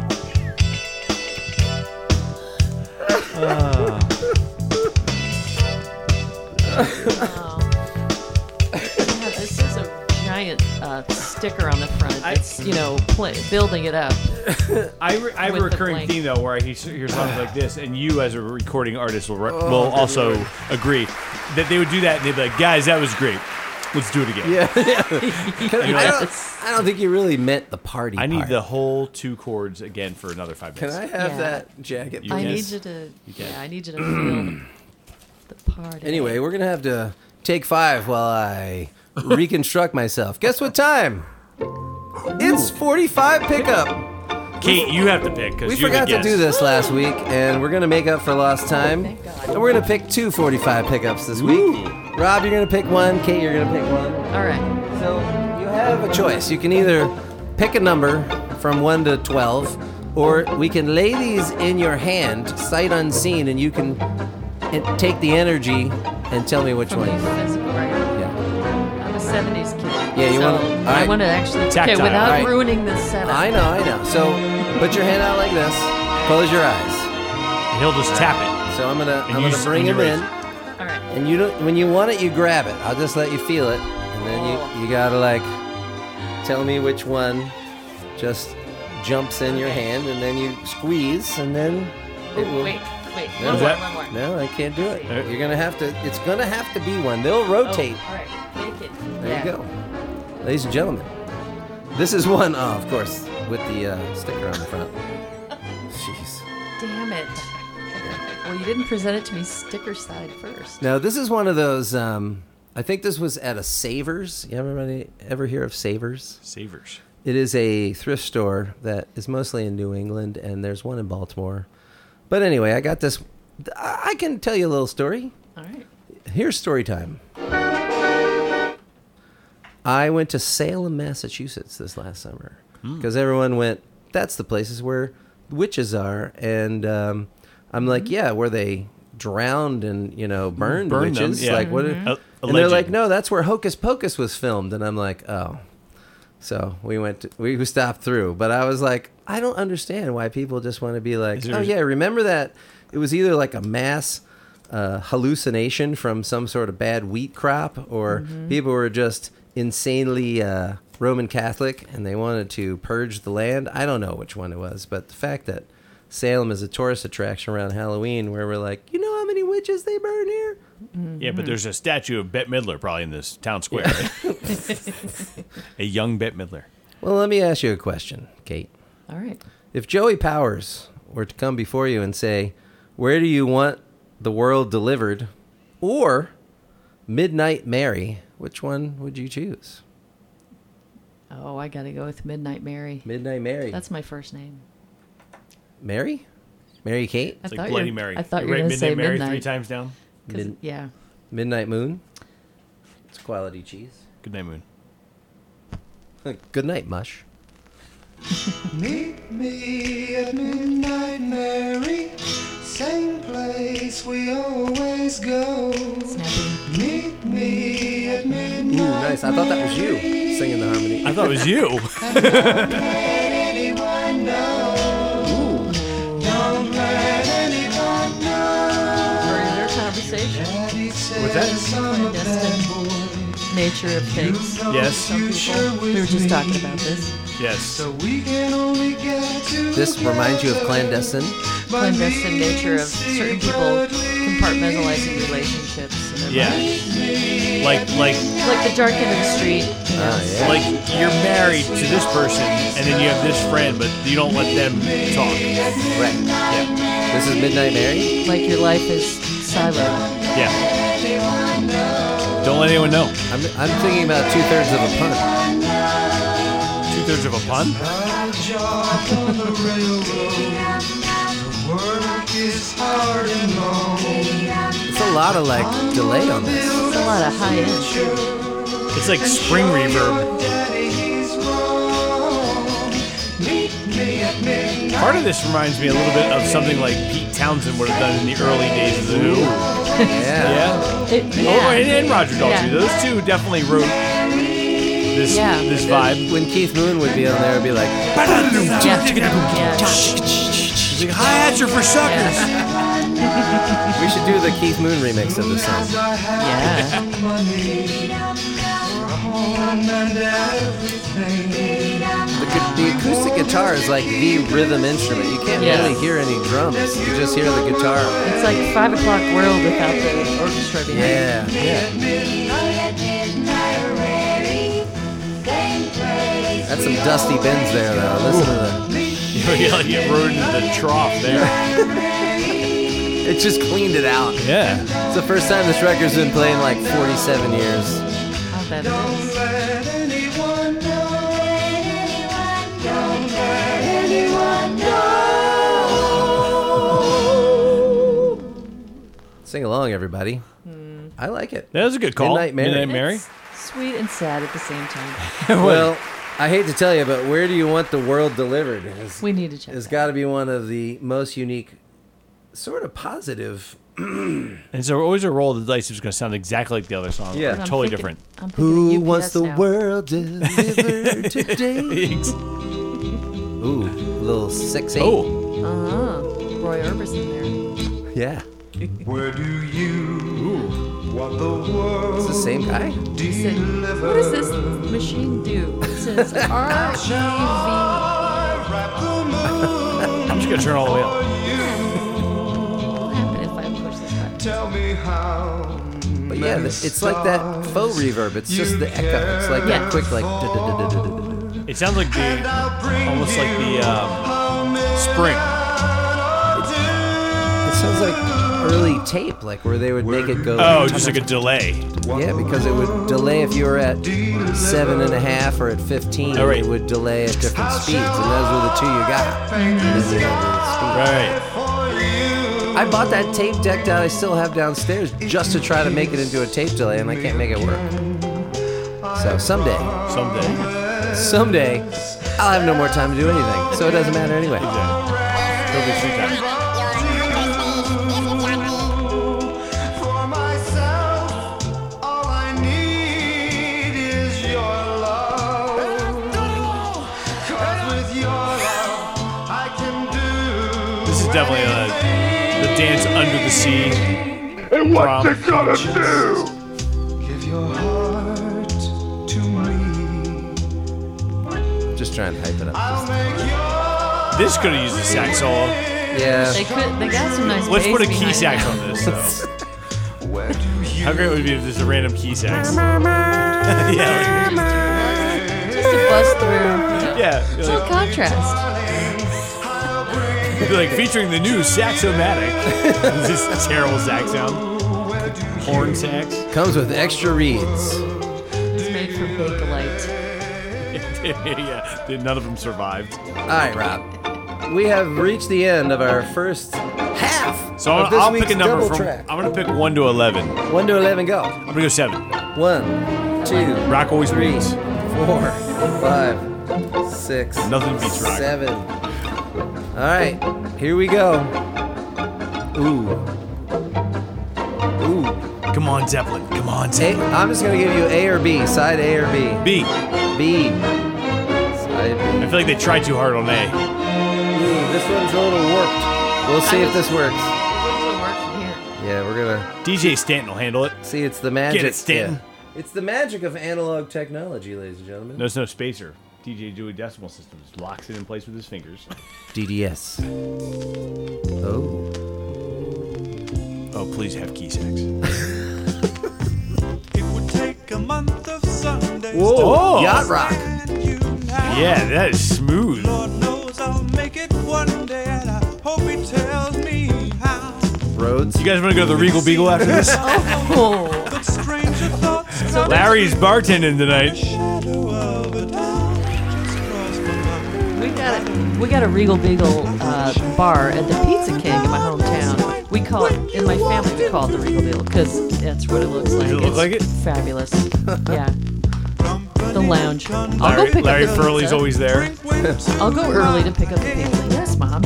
Speaker 4: Yeah, this is a giant uh, sticker on the front. It's you know pl- building it up.
Speaker 3: I, re- I have a
Speaker 4: With the
Speaker 3: recurring
Speaker 4: blank.
Speaker 3: theme though, where I hear, hear songs like this, and you as a recording artist will, re-
Speaker 2: Oh,
Speaker 3: will also agree that they would do that, and they'd be like, "Guys, that was great. Let's do it again."
Speaker 2: Yeah. I, don't,
Speaker 4: Yes.
Speaker 2: I don't think you really meant the party.
Speaker 3: I need
Speaker 2: part.
Speaker 3: the whole two chords again for another five
Speaker 2: Can
Speaker 3: minutes.
Speaker 2: I have
Speaker 4: Yeah.
Speaker 2: that jacket?
Speaker 3: You
Speaker 4: I
Speaker 3: can.
Speaker 2: please?
Speaker 4: need you to. Yeah, I need you to feel the party.
Speaker 2: Anyway, we're gonna have to take five while I reconstruct myself. Guess what time? It's 45 pickup.
Speaker 3: Kate, you have to pick because
Speaker 2: We
Speaker 3: you
Speaker 2: forgot to
Speaker 3: guess.
Speaker 2: do this last week, and we're gonna make up for lost time.
Speaker 4: Oh, Thank God.
Speaker 2: And we're gonna pick two 45 pickups this week. Rob, you're gonna pick one. Kate, you're gonna pick one.
Speaker 4: All right.
Speaker 2: So you have a choice. You can either pick a number from 1 to 12, or we can lay these in your hand, sight unseen, and you can and take the energy and tell me which
Speaker 4: From
Speaker 2: one.
Speaker 4: the physical record.
Speaker 2: Yeah.
Speaker 4: I'm a '70s kid.
Speaker 2: Yeah, you
Speaker 4: so
Speaker 2: wanna- all
Speaker 4: I
Speaker 2: right.
Speaker 4: want to actually.
Speaker 3: Tactile.
Speaker 4: Okay, without
Speaker 2: All right.
Speaker 4: ruining the setup.
Speaker 2: I know, I know. So put your hand out like this, close your eyes.
Speaker 3: And he'll just tap
Speaker 2: So I'm gonna
Speaker 3: And
Speaker 2: I'm
Speaker 3: you
Speaker 2: gonna
Speaker 3: s-
Speaker 2: bring
Speaker 3: and
Speaker 2: him
Speaker 3: you're
Speaker 2: in,
Speaker 4: All right.
Speaker 2: and you don't when you want it, you grab it. I'll just let you feel it, and
Speaker 4: Oh.
Speaker 2: then you you gotta like tell me which one just jumps in your hand, and then you squeeze, and then it will.
Speaker 4: Wait, wait.
Speaker 2: No,
Speaker 4: One more.
Speaker 2: is
Speaker 3: that-
Speaker 4: One more.
Speaker 2: No, I can't do it.
Speaker 3: Uh,
Speaker 2: You're gonna have to. It's gonna have to be one. They'll
Speaker 4: Oh,
Speaker 2: rotate.
Speaker 4: all right. Make it.
Speaker 2: There
Speaker 4: Oh, yeah.
Speaker 2: you go, ladies and gentlemen. This is one, oh, of course, with the uh, sticker on the front. Jeez.
Speaker 4: Damn it. Well, you didn't present it to me sticker side first.
Speaker 2: Now this is one of those. Um, I think this was at a Savers. You ever any- ever hear of Savers?
Speaker 3: it. Savers.
Speaker 2: It is a thrift store that is mostly in New England, and there's one in Baltimore. But anyway, I got this. I I can tell you a little story.
Speaker 4: All right.
Speaker 2: Here's story time. I went to Salem, Massachusetts this last summer
Speaker 3: Hmm.
Speaker 2: because everyone went, that's the places where witches are. And um, I'm
Speaker 3: Hmm.
Speaker 2: like, yeah, where they drowned and, you know, burned
Speaker 3: Burn them,
Speaker 2: witches.
Speaker 3: yeah.
Speaker 2: Like, what?
Speaker 3: Mhm. A-
Speaker 2: and they're like,
Speaker 3: alleged.
Speaker 2: no, that's where Hocus Pocus was filmed. And I'm like, oh. So we went, to, we stopped through. But I was like, I don't understand why people just want to be like,
Speaker 3: Is there-
Speaker 2: oh, yeah, remember that? It was either like a mass uh, hallucination from some sort of bad wheat crop, or people were just insanely uh, Roman Catholic and they wanted to purge the land. I don't know which one it was, but the fact that Salem is a tourist attraction around Halloween, where we're like, you know how many witches they burn here?
Speaker 3: Yeah,
Speaker 4: Mm-hmm.
Speaker 3: but there's a statue of Bette Midler probably in this town square. right? a young Bette Midler.
Speaker 2: Well, let me ask you a question, Kate.
Speaker 4: All right.
Speaker 2: If Joey Powers were to come before you and say, Where do you want the world delivered? or Midnight Mary, which one would you choose?
Speaker 4: Oh, I gotta go with Midnight Mary.
Speaker 2: Midnight Mary.
Speaker 4: That's my first name.
Speaker 2: Mary? Mary Kate?
Speaker 4: I
Speaker 3: It's
Speaker 4: thought
Speaker 3: like
Speaker 4: you
Speaker 3: Bloody
Speaker 4: were-
Speaker 3: Mary.
Speaker 4: I thought you
Speaker 3: write
Speaker 4: were gonna
Speaker 3: Midnight
Speaker 4: say
Speaker 3: Mary
Speaker 4: Midnight.
Speaker 3: three times down.
Speaker 4: 'cause-
Speaker 2: Mid-
Speaker 4: yeah.
Speaker 2: Midnight Moon? It's quality cheese.
Speaker 3: Good night, Moon.
Speaker 2: Good night, Mush.
Speaker 1: Meet me at midnight, Mary. Same place we always go.
Speaker 4: Snappy.
Speaker 1: Meet me at midnight.
Speaker 2: Ooh, nice. I thought that was you singing the harmony.
Speaker 3: I thought it was you.
Speaker 4: Further conversation.
Speaker 3: What's that?
Speaker 4: Clandestine nature of things.
Speaker 3: Yes.
Speaker 4: Some people. We were just talking about this.
Speaker 3: Yes.
Speaker 1: We can only get to
Speaker 2: This reminds you of Clandestine?
Speaker 4: Clandestine nature of certain people compartmentalizing relationships. And their
Speaker 3: Yeah.
Speaker 4: lives.
Speaker 3: Like like
Speaker 4: Like the dark end of the street. You know,
Speaker 2: Oh, yeah.
Speaker 3: like you're married to this person and then you have this friend but you don't let them talk.
Speaker 2: Right.
Speaker 3: Yeah.
Speaker 2: This is Midnight Mary?
Speaker 4: Like your life is siloed.
Speaker 3: Yeah. Don't let anyone know.
Speaker 2: I'm, I'm thinking about two thirds of a pun.
Speaker 3: Two thirds of a pun?
Speaker 1: Work is hard and long.
Speaker 2: It's a lot of like delay on this.
Speaker 4: It's a lot of high end.
Speaker 3: It's like spring reverb. Part of this reminds me a little bit of something like Pete Townsend would have done in the early days of the Who.
Speaker 2: Yeah.
Speaker 3: Yeah.
Speaker 4: It-
Speaker 3: Oh, and,
Speaker 4: yeah.
Speaker 3: and Roger Daltrey.
Speaker 4: Yeah.
Speaker 3: Those two definitely wrote this
Speaker 4: Yeah.
Speaker 3: this vibe.
Speaker 2: When Keith Moon would be on there, it'd be like,
Speaker 4: Yeah. Yeah.
Speaker 3: He's like, hi hats are for suckers.
Speaker 2: we should do the Keith Moon remix of this song.
Speaker 4: Yeah.
Speaker 2: The, gu- the acoustic guitar is like the rhythm instrument. You can't
Speaker 4: Yeah.
Speaker 2: really hear any drums. You just hear the guitar.
Speaker 4: It's like five o'clock world without the orchestra behind. it.
Speaker 2: Yeah. That's some dusty bends there, though. Listen to the.
Speaker 3: yeah, like it rode into the trough there.
Speaker 2: It just cleaned it out.
Speaker 3: Yeah.
Speaker 2: It's the first time this record's been played in like 47 years.
Speaker 4: Oh, that is.
Speaker 2: Sing along, everybody. I like it.
Speaker 3: That was a good call.
Speaker 2: Midnight Mary.
Speaker 3: Midnight Mary.
Speaker 4: It's sweet and sad at the same time.
Speaker 2: Well, I hate to tell you, but where do you want the world delivered? Is,
Speaker 4: We need to check.
Speaker 2: has
Speaker 4: that.
Speaker 2: got to be one of the most unique, sort of positive.
Speaker 3: And so always a roll of the dice is going to sound exactly like the other song.
Speaker 2: Yeah.
Speaker 3: or
Speaker 2: I'm
Speaker 4: I'm
Speaker 3: Totally
Speaker 4: thinking-
Speaker 3: different.
Speaker 4: I'm thinking
Speaker 2: Who
Speaker 4: UPS
Speaker 2: wants the
Speaker 4: now.
Speaker 2: world delivered today? Ooh, little six eight.
Speaker 3: oh.
Speaker 4: Uh-huh. Roy Orbison
Speaker 2: yeah.
Speaker 9: Where do you want the
Speaker 2: It's
Speaker 9: world
Speaker 2: the same guy.
Speaker 4: there. He said, what does this machine do? It says R-E-V.
Speaker 3: I'm just going to turn all the way up.
Speaker 4: What will happen if I push this button?
Speaker 9: Tell me how
Speaker 2: But yeah, th- it's like that faux reverb. It's just the echo. It's like
Speaker 4: Yeah.
Speaker 2: that quick, like. da-da-da-da-da-da-da.
Speaker 3: It sounds like the
Speaker 9: I'll bring
Speaker 3: almost like the um, spring.
Speaker 2: It sounds like early tape, like where they would make it go.
Speaker 3: Oh, just like a delay.
Speaker 2: Yeah, because it would delay if you were at seven and a half or at fifteen.
Speaker 3: All right.
Speaker 2: It would delay at different speeds, and those were the two you got. Those are the speeds.
Speaker 3: Right.
Speaker 2: I bought that tape deck that I still have downstairs just to try to make it into a tape delay, and I can't make it work. So someday,
Speaker 3: Someday.
Speaker 2: someday, I'll have no more time to do anything. So it doesn't matter anyway.
Speaker 3: Exactly. Totally sweet time.
Speaker 9: for myself. All I need is your love. 'Cause with your love, I can do
Speaker 3: This is definitely a, the dance under the sea. And what's it gonna do?
Speaker 9: Give your heart to me.
Speaker 2: Just trying to hype it up.
Speaker 9: I'll make your
Speaker 3: This could have used a sax solo.
Speaker 2: Yeah.
Speaker 4: They could. They got some nice.
Speaker 3: Let's
Speaker 4: bass
Speaker 3: put a key
Speaker 4: behind
Speaker 3: sax
Speaker 4: it.
Speaker 3: on this. Though.
Speaker 9: Where do
Speaker 3: How great would it be if there's a random key sax? yeah. like-
Speaker 4: Just to bust through.
Speaker 3: yeah.
Speaker 4: It's all
Speaker 3: like-
Speaker 4: contrast.
Speaker 3: It'd be like featuring the new Saxomatic. this is terrible sax sound. Horn sax.
Speaker 2: Comes with extra reeds.
Speaker 4: It's made from Bakelite.
Speaker 3: yeah. dude, None of them survived.
Speaker 2: All right, Rob. We have reached the end of our first half.
Speaker 3: So
Speaker 2: of Uh,
Speaker 3: I'll,
Speaker 2: this
Speaker 3: I'll
Speaker 2: week's
Speaker 3: pick a number
Speaker 2: double
Speaker 3: from.
Speaker 2: track.
Speaker 3: I'm gonna pick one to eleven. I'm
Speaker 2: One to eleven, go.
Speaker 3: gonna go seven.
Speaker 2: One, two,
Speaker 3: Rock always wins.
Speaker 2: four, five, six,
Speaker 3: Nothing beats rock.
Speaker 2: seven. All right, here we go. Ooh, ooh.
Speaker 3: Come on, Zeppelin. Come on,
Speaker 2: A,
Speaker 3: Zeppelin.
Speaker 2: I'm just gonna give you A or B, side A or B.
Speaker 3: B.
Speaker 2: B. Side B.
Speaker 3: I feel like they tried too hard on A.
Speaker 2: Ooh, this one's a little warped. We'll see if this works.
Speaker 4: Doesn't work from here.
Speaker 2: Yeah, we're gonna
Speaker 3: DJ Stanton will handle it.
Speaker 2: see. It's the magic.
Speaker 3: Stanton.
Speaker 2: yeah. It's the magic of analog technology, ladies and gentlemen.
Speaker 3: Notice no spacer. DJ Dewey Decimal System just locks it in place with his fingers.
Speaker 2: DDS. Oh.
Speaker 3: Oh, please have key sax.
Speaker 5: It would take a month of Sundays.
Speaker 3: Whoa.
Speaker 2: Yacht rock.
Speaker 5: And you now.
Speaker 3: Yeah, that is smooth.
Speaker 5: Lord knows I'll make it one day, and I hope he tells me how.
Speaker 2: Roads.
Speaker 3: You guys want to go to the Regal Beagle after this?
Speaker 4: Oh,
Speaker 5: But stranger thoughts come
Speaker 3: Larry's bartending tonight.
Speaker 5: shadow of a doubt just crossed my mind.
Speaker 4: we got a we got a Regal Beagle uh, bar at the Pizza King in my hometown. We call it in my family. We call it the Regal Deal because that's what it looks like.
Speaker 3: it look
Speaker 4: It's
Speaker 3: like it?
Speaker 4: Fabulous. yeah. The lounge. I'll go
Speaker 3: Larry,
Speaker 4: pick
Speaker 3: Larry
Speaker 4: up the
Speaker 3: Furley's
Speaker 4: pizza.
Speaker 3: always there.
Speaker 4: I'll go early to pick up the pizza. Yes, mom.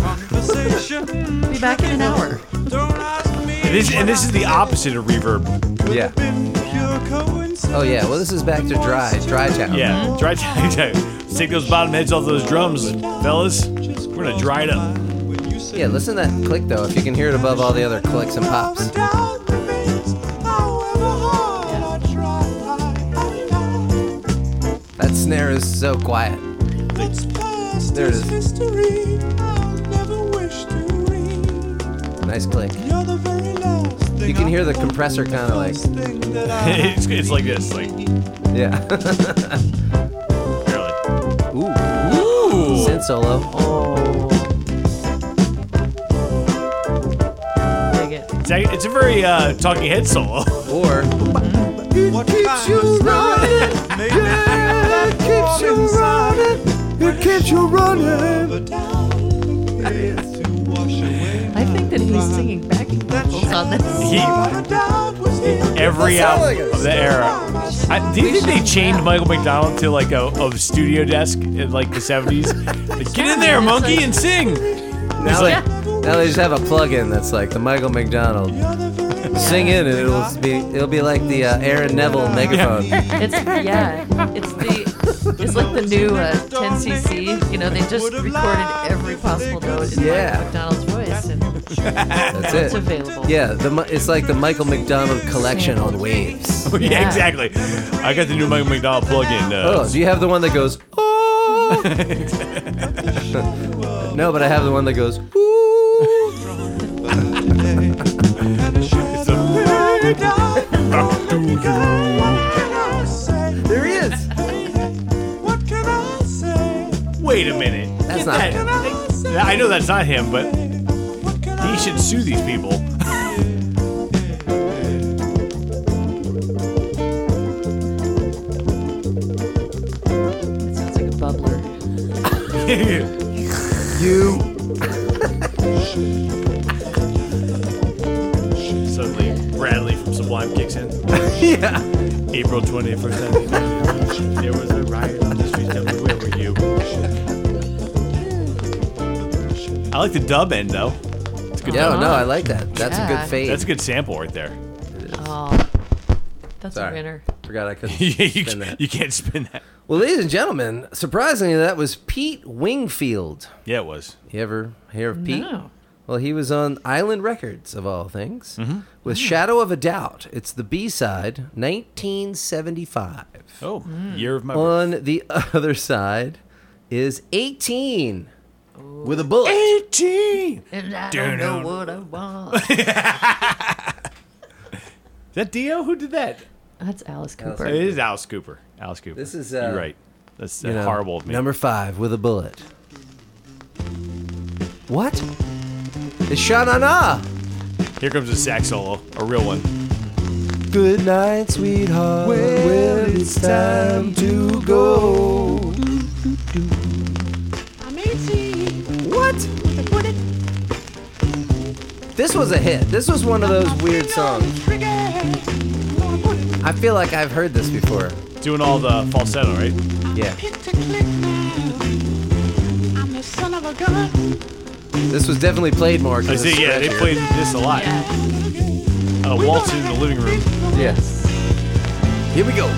Speaker 4: be back in an hour.
Speaker 3: And this, and this is the opposite of reverb.
Speaker 2: Yeah. Oh yeah. Well, this is back to dry, dry
Speaker 4: Oh.
Speaker 2: town.
Speaker 3: Yeah, try to to take those bottom heads off those drums, fellas. We're gonna dry it up.
Speaker 2: Yeah. Listen to that click though. If you can hear it above all the other clicks and pops. That snare is so quiet. There it is. Nice click. You can hear the compressor kind of like,
Speaker 3: it's, it's like this, like
Speaker 2: yeah.
Speaker 3: barely.
Speaker 2: Ooh,
Speaker 3: Ooh.
Speaker 2: synth solo.
Speaker 3: Oh.
Speaker 4: Dig it.
Speaker 3: It's, a- it's a very uh, talking head solo.
Speaker 2: Or
Speaker 9: What keeps you running? Yeah, keeps you running. It keeps you running.
Speaker 4: I think that he's singing backing vocals on this.
Speaker 3: He, every
Speaker 2: sound
Speaker 3: album
Speaker 2: like
Speaker 3: of the era. I, do you think they chained Michael McDonald to like a, a studio desk in like the 70s? Like, get in there, monkey, and sing. It's like,
Speaker 2: now they just have a plug-in that's like the Michael McDonald. Sing in and it'll be it'll be like the uh, Aaron Neville megaphone.
Speaker 4: It's yeah. It's the it's like the new uh, 10cc. You know, they just recorded every possible note in
Speaker 2: Yeah.
Speaker 4: Michael McDonald's voice, and
Speaker 2: That's
Speaker 4: it's
Speaker 2: it.
Speaker 4: available.
Speaker 2: Yeah, the Mi- it's like the Michael McDonald collection on waves.
Speaker 3: yeah,
Speaker 4: Yeah.
Speaker 3: exactly. I got the new Michael McDonald plug-in. Uh,
Speaker 2: Oh, do you have the one that goes? Oh. no, but I have the one that goes. Ooh.
Speaker 3: it's a-
Speaker 2: There he is.
Speaker 3: wait a minute.
Speaker 2: That's
Speaker 3: Get
Speaker 2: not
Speaker 3: that-
Speaker 2: him.
Speaker 3: that- I know that's not him, but he should sue these people.
Speaker 4: It sounds like a bubbler.
Speaker 3: you. Suddenly, Bradley from Sublime kicks in.
Speaker 2: Yeah.
Speaker 3: April 21st. there was a riot on the street. Tell me, where were you? I like the dub end, though.
Speaker 2: Yo, no, I like that. That's a
Speaker 4: Yeah.
Speaker 2: good fade.
Speaker 3: That's a good sample right there.
Speaker 4: Oh, that's a
Speaker 2: Sorry.
Speaker 4: winner.
Speaker 2: Forgot I couldn't
Speaker 3: you,
Speaker 2: spin
Speaker 3: you,
Speaker 2: that.
Speaker 3: you can't spin that.
Speaker 2: Well, ladies and gentlemen, surprisingly, that was Pete Wingfield.
Speaker 3: Yeah, it was.
Speaker 2: You ever hear of Pete?
Speaker 4: No.
Speaker 2: Well, he was on Island Records, of all things, with Shadow of a Doubt. It's the B side, 1975.
Speaker 3: Oh, year
Speaker 2: Uh,
Speaker 3: of my birth.
Speaker 2: On the other side is 18 with a bullet.
Speaker 3: 18.
Speaker 4: And I
Speaker 3: Dun,
Speaker 4: don't know
Speaker 3: dun.
Speaker 4: what I want.
Speaker 3: Is that Dio? Who did that?
Speaker 4: That's Alice Cooper.
Speaker 3: It is Alice Cooper. Alice Cooper.
Speaker 2: This is, uh,
Speaker 3: You're right. That's
Speaker 2: You know,
Speaker 3: horrible of me.
Speaker 2: Number five with a bullet. What? It's Sha-na-na.
Speaker 3: Here comes a sax solo, a real one.
Speaker 2: Good night, sweetheart. Well, it's time to go. What? This was a hit. This was one of those weird songs. I feel like I've heard this before.
Speaker 3: Doing all the falsetto, right?
Speaker 2: Yeah. This was definitely played more. 'cause
Speaker 3: I
Speaker 2: it's
Speaker 3: see, yeah, they
Speaker 2: scratchier.
Speaker 3: played this a lot. Uh, waltz in the living room.
Speaker 2: Yeah. Here we go.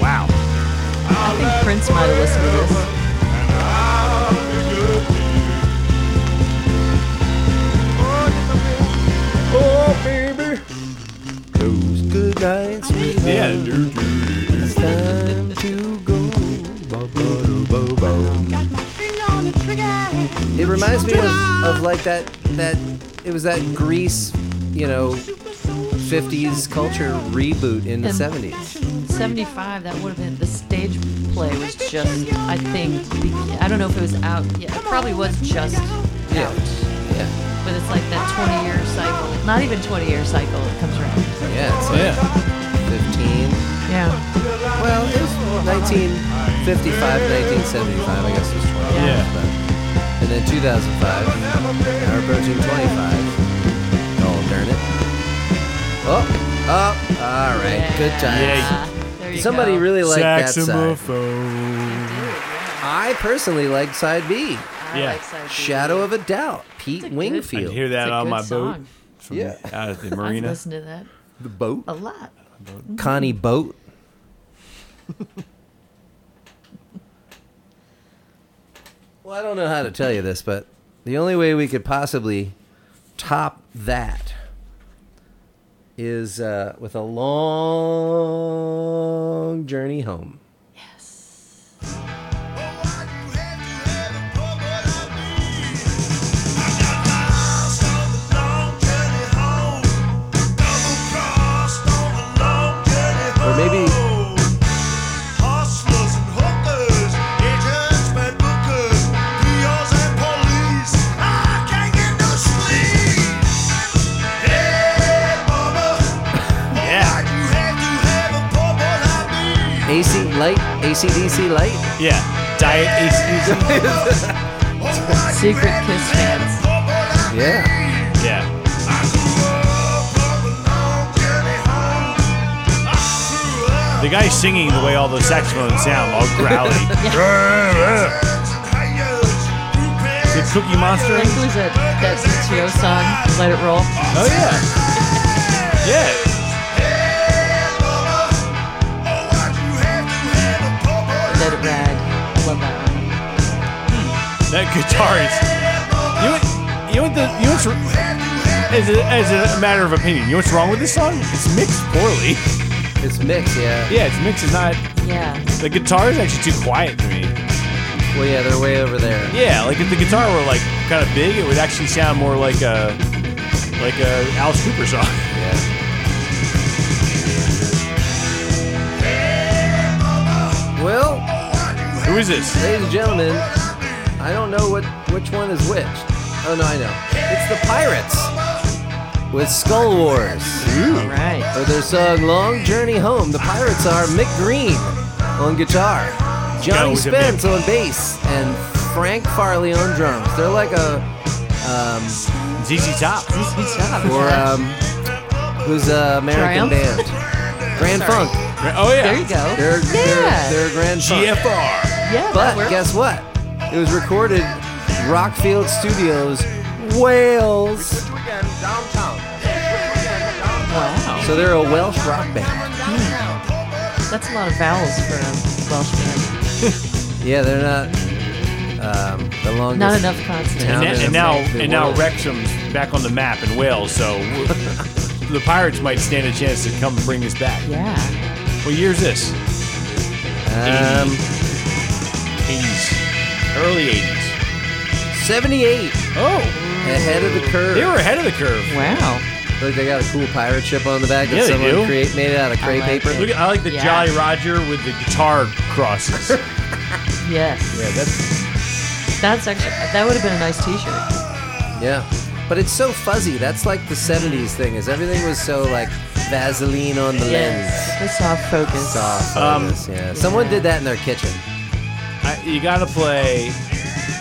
Speaker 3: Wow.
Speaker 4: I think Prince might have listened to this.
Speaker 2: Oh, baby. Those good nights. sweetheart.
Speaker 3: Yeah. dude.
Speaker 2: It's time to go. Ba-ba-da-ba-ba. It reminds me of, of like that that it was that Greece, you know, 50s culture reboot in the
Speaker 4: And-
Speaker 2: 70s.
Speaker 4: 75, that would have been the stage play was just, I think, be- I don't know if it was out. Yeah, it probably was just
Speaker 2: Yeah.
Speaker 4: out.
Speaker 2: Yeah.
Speaker 4: But it's like that 20 year cycle. Not even 20 year cycle, it comes around.
Speaker 2: Oh, Yeah. It's like 15.
Speaker 4: Yeah.
Speaker 2: Well, it was 1955, 1975. I guess it was 20.
Speaker 3: Yeah.
Speaker 2: And then 2005. Now we're approaching 25. Oh, darn it. Oh, oh, all right. Good times.
Speaker 4: There you
Speaker 2: Somebody
Speaker 4: go.
Speaker 2: really liked that side.
Speaker 3: Saxophone.
Speaker 2: I personally like side
Speaker 4: I
Speaker 2: B.
Speaker 3: Yeah.
Speaker 4: like side B.
Speaker 2: Shadow of a Doubt, Pete
Speaker 4: That's a good-
Speaker 3: I
Speaker 2: Wingfield.
Speaker 3: can hear that
Speaker 4: It's a
Speaker 3: on
Speaker 4: good
Speaker 3: my boat
Speaker 4: song.
Speaker 3: from
Speaker 2: Yeah.
Speaker 3: out at the
Speaker 4: I've
Speaker 3: marina.
Speaker 4: listened to that
Speaker 2: the boat.
Speaker 4: a lot.
Speaker 2: Connie Boat. well, I don't know how to tell you this, but the only way we could possibly top that is uh, with a long journey home. Or maybe
Speaker 9: Hustlers and hookers, agents, bad bookers, POs and police. I can't get no sleep. Hey, mama,
Speaker 3: Yeah.
Speaker 9: you have to have a poor boy like me.
Speaker 2: AC Light, ACDC Light.
Speaker 3: Yeah. Diet AC.
Speaker 4: Secret Kiss fans.
Speaker 2: Yeah.
Speaker 3: Yeah. The guy singing the way all those saxophones sound, all growly. The Cookie Monster.
Speaker 4: Like who's that? That CTO song, Let It Roll.
Speaker 3: Oh yeah. Yeah.
Speaker 4: Let It Ride. I love that one.
Speaker 3: That guitar is. You know what? You know what the? You know what's? r- As a, as a matter of opinion, you know what's wrong with this song? It's mixed poorly.
Speaker 2: It's mixed, yeah.
Speaker 3: Yeah, its mix is not.
Speaker 4: Yeah.
Speaker 3: The guitar is actually too quiet to me.
Speaker 2: Well, yeah, they're way over there.
Speaker 3: Yeah, like if the guitar were like kind of big, it would actually sound more like a like a Alice Cooper song.
Speaker 2: Well,
Speaker 3: Who is this?
Speaker 2: Ladies and gentlemen, I don't know what which one is which. Oh no, I know. It's the Pirates with Skull Wars.
Speaker 4: All right.
Speaker 2: For their song Long Journey Home, the Pirates are Mick Green on guitar,
Speaker 3: Go
Speaker 2: Johnny
Speaker 3: with it,
Speaker 2: Spence on bass, and Frank Farley on drums. They're like a
Speaker 3: ZZ Top. uh,
Speaker 2: or um who's a American
Speaker 4: Triumph?
Speaker 2: band. Grand
Speaker 4: Sorry.
Speaker 2: Funk.
Speaker 3: Oh yeah.
Speaker 4: There you go.
Speaker 2: They're,
Speaker 4: Yeah.
Speaker 2: they're, they're Grand Funk.
Speaker 3: GFR.
Speaker 4: yeah, that
Speaker 2: But
Speaker 4: works.
Speaker 2: guess what? It was recorded Rockfield Studios, Wales.
Speaker 4: Wow.
Speaker 2: So they're a Welsh rock band.
Speaker 4: That's a lot of vowels for a Welsh band.
Speaker 2: Yeah, they're not um, the longest.
Speaker 4: Not enough consonants.
Speaker 2: Town
Speaker 3: And,
Speaker 2: in
Speaker 3: and now
Speaker 2: the
Speaker 3: and now
Speaker 2: world.
Speaker 3: Wrexham's back on the map in Wales, so w- the Pirates might stand a chance to come bring this back.
Speaker 4: Yeah.
Speaker 3: What year is this?
Speaker 2: Um,
Speaker 3: 80s, early 80s.
Speaker 2: 78,
Speaker 3: Oh,
Speaker 2: ahead of the curve.
Speaker 3: they were ahead of the curve.
Speaker 4: Wow.
Speaker 2: Look, they got a cool pirate ship on the back that
Speaker 3: Yeah, they
Speaker 2: someone
Speaker 3: do.
Speaker 2: create, made out of
Speaker 4: I
Speaker 2: crepe
Speaker 4: like
Speaker 2: paper.
Speaker 4: it.
Speaker 3: Look, at- I like the
Speaker 4: Yeah.
Speaker 3: Jolly Roger with the guitar crosses. yeah,
Speaker 4: Yes.
Speaker 3: that's
Speaker 4: That's actually that would have been a nice T-shirt.
Speaker 2: Yeah. But it's so fuzzy. That's like the 70s thing, is everything was so like Vaseline on the lens.
Speaker 4: Yes. The soft focus.
Speaker 2: Soft
Speaker 3: Um,
Speaker 2: focus, yeah. Someone did that in their kitchen.
Speaker 3: I, you gotta play.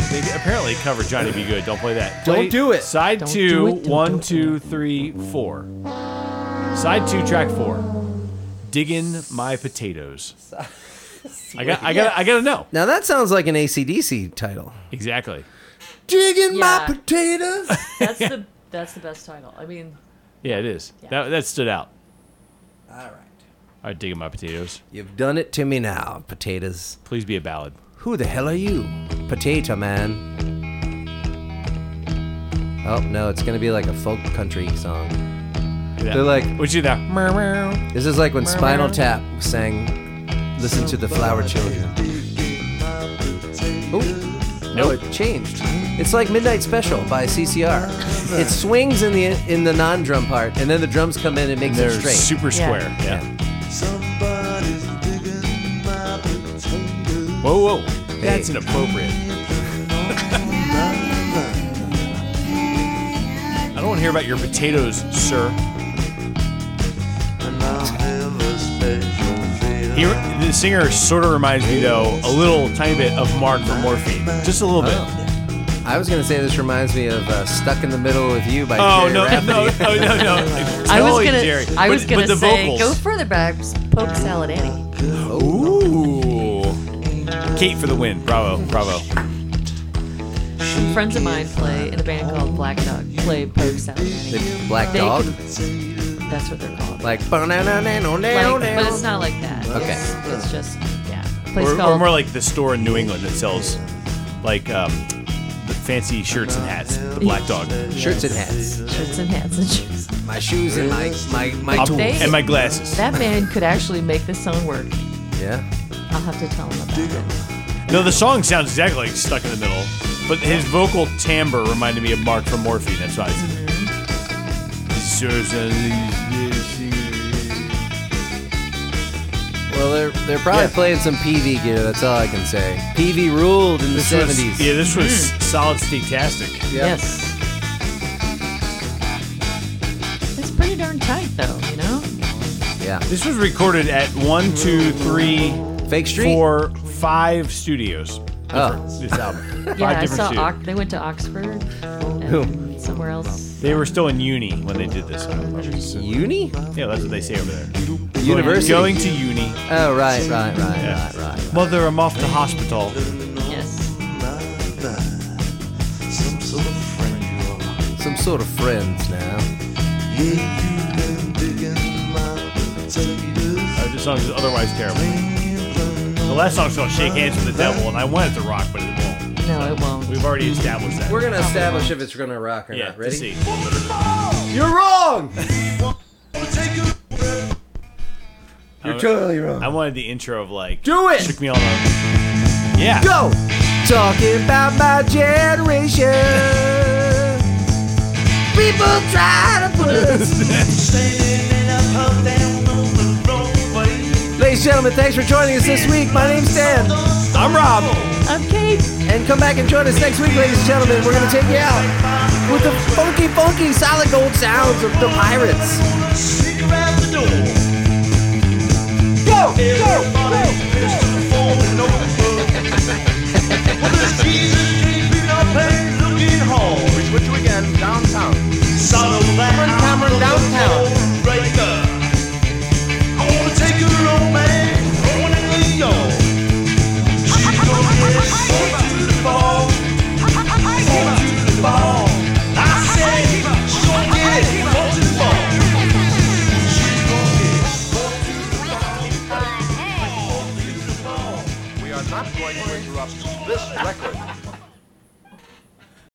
Speaker 3: They apparently cover Johnny Be Good. Don't play that.
Speaker 2: Don't
Speaker 3: Play
Speaker 2: do it.
Speaker 3: Side
Speaker 4: Don't
Speaker 3: two,
Speaker 4: do it, don't
Speaker 3: one,
Speaker 4: do it.
Speaker 3: two, three, four. Side two, track four. Digging my potatoes. I got. I got. I gotta know
Speaker 2: Now that sounds like an ACDC title.
Speaker 3: exactly.
Speaker 2: Digging
Speaker 4: my Yeah.
Speaker 2: potatoes.
Speaker 4: That's the that's the best title. I mean,
Speaker 3: Yeah, it is.
Speaker 4: Yeah.
Speaker 3: That that stood out.
Speaker 2: All right.
Speaker 3: All right, digging my potatoes.
Speaker 2: You've done it to me now, potatoes.
Speaker 3: Please be a ballad.
Speaker 2: Who the hell are you? Potato Man. Oh, no, it's gonna be like a folk country song.
Speaker 3: Do that.
Speaker 2: They're like-
Speaker 3: what'd you do that? Meow, meow.
Speaker 2: This is like when Spinal Tap sang Listen to the Flower Children. Ooh. No,
Speaker 3: Nope.
Speaker 2: it changed. It's like Midnight Special by CCR. It swings in the in the non-drum part, and then the drums come in and makes
Speaker 3: They're
Speaker 2: it straight.
Speaker 4: Yeah.
Speaker 3: super square. Yeah. Whoa, whoa. That's inappropriate. I don't want to hear about your potatoes, sir. He, the
Speaker 4: Oh.
Speaker 3: singer sort of reminds me, though, a little tiny bit of Mark from Morphine. Just a little bit.
Speaker 2: I was gonna say this reminds me of uh, "Stuck in the Middle with You" by
Speaker 3: Oh
Speaker 2: Jerry
Speaker 3: no,
Speaker 2: Rafferty.
Speaker 3: no, no, no, no! Totally
Speaker 4: I was gonna.
Speaker 3: Jerry.
Speaker 4: I was
Speaker 3: but,
Speaker 4: gonna
Speaker 3: but the
Speaker 4: say, go
Speaker 3: vocals.
Speaker 4: further back, poke salad Annie.
Speaker 3: Ooh, Kate for the win! Bravo, bravo!
Speaker 4: Friends of mine play in a band called Black Dog. Play poke salad.
Speaker 2: The Black
Speaker 4: They-
Speaker 2: Dog,
Speaker 4: That's what they're called.
Speaker 2: like. Like,
Speaker 4: Like, but it's not like that.
Speaker 2: Okay.
Speaker 4: It's, it's just yeah. Place
Speaker 3: Or,
Speaker 4: called
Speaker 3: or more like the store in New England that sells like um, the fancy shirts and hats. The Black Dog.
Speaker 2: Shirts and hats,
Speaker 4: Shirts and Hats and Shoes.
Speaker 2: my shoes and my my my
Speaker 3: Um,
Speaker 2: tools.
Speaker 4: They-
Speaker 3: and my glasses.
Speaker 4: That man could actually make this song work.
Speaker 2: Yeah.
Speaker 4: I'll have to tell him about it.
Speaker 3: No, the song sounds exactly like Stuck in the Middle, but his vocal timbre reminded me of Mark from Morphine. That's why. I said
Speaker 2: Mm-hmm. Well, they're they're probably
Speaker 3: Yeah.
Speaker 2: playing some PV gear. That's all I can say. PV ruled in the
Speaker 3: This was-
Speaker 2: seventies. Mm.
Speaker 3: Yeah, this was solid steak-tastic.
Speaker 4: Yes. It's pretty darn tight though, you know?
Speaker 2: yeah.
Speaker 3: This was recorded at one, two, three,
Speaker 2: Fake street.
Speaker 3: four, five studios.
Speaker 2: Oh.
Speaker 3: This album. Five
Speaker 4: Yeah, I
Speaker 3: different
Speaker 4: saw
Speaker 3: studios.
Speaker 4: Ox- they went to Oxford and
Speaker 2: Who?
Speaker 4: somewhere else.
Speaker 3: They were still in uni when they did this. Yeah,
Speaker 2: Uni?
Speaker 3: that's what they say over there. Going-
Speaker 2: University.
Speaker 3: Going to uni.
Speaker 2: Oh right, right, right,
Speaker 3: Yeah.
Speaker 2: right, right. right.
Speaker 3: Mother, I'm off to hospital.
Speaker 4: Yes.
Speaker 2: Some sort of friends now.
Speaker 3: Uh, this song is otherwise terrible. The last song's called Shake Hands with the Devil, and I wanted to rock, but it won't.
Speaker 4: No, it won't.
Speaker 3: We've already established that.
Speaker 2: We're gonna establish if it's gonna rock or
Speaker 3: yeah,
Speaker 2: not. Ready?
Speaker 3: To see.
Speaker 2: You're wrong. You're totally wrong.
Speaker 3: I wanted the intro of like.
Speaker 2: Do it!
Speaker 3: Shook me all over. Yeah.
Speaker 2: Go! Talking about my generation. People try to put us. Ladies and gentlemen, thanks for joining us this week. My name's Dan.
Speaker 3: I'm Rob.
Speaker 4: Okay.
Speaker 2: And come back and join us next week, ladies and gentlemen. We're going to take you out with the funky, funky, solid gold sounds of the pirates. Go! Go!
Speaker 9: We are not going to interrupt this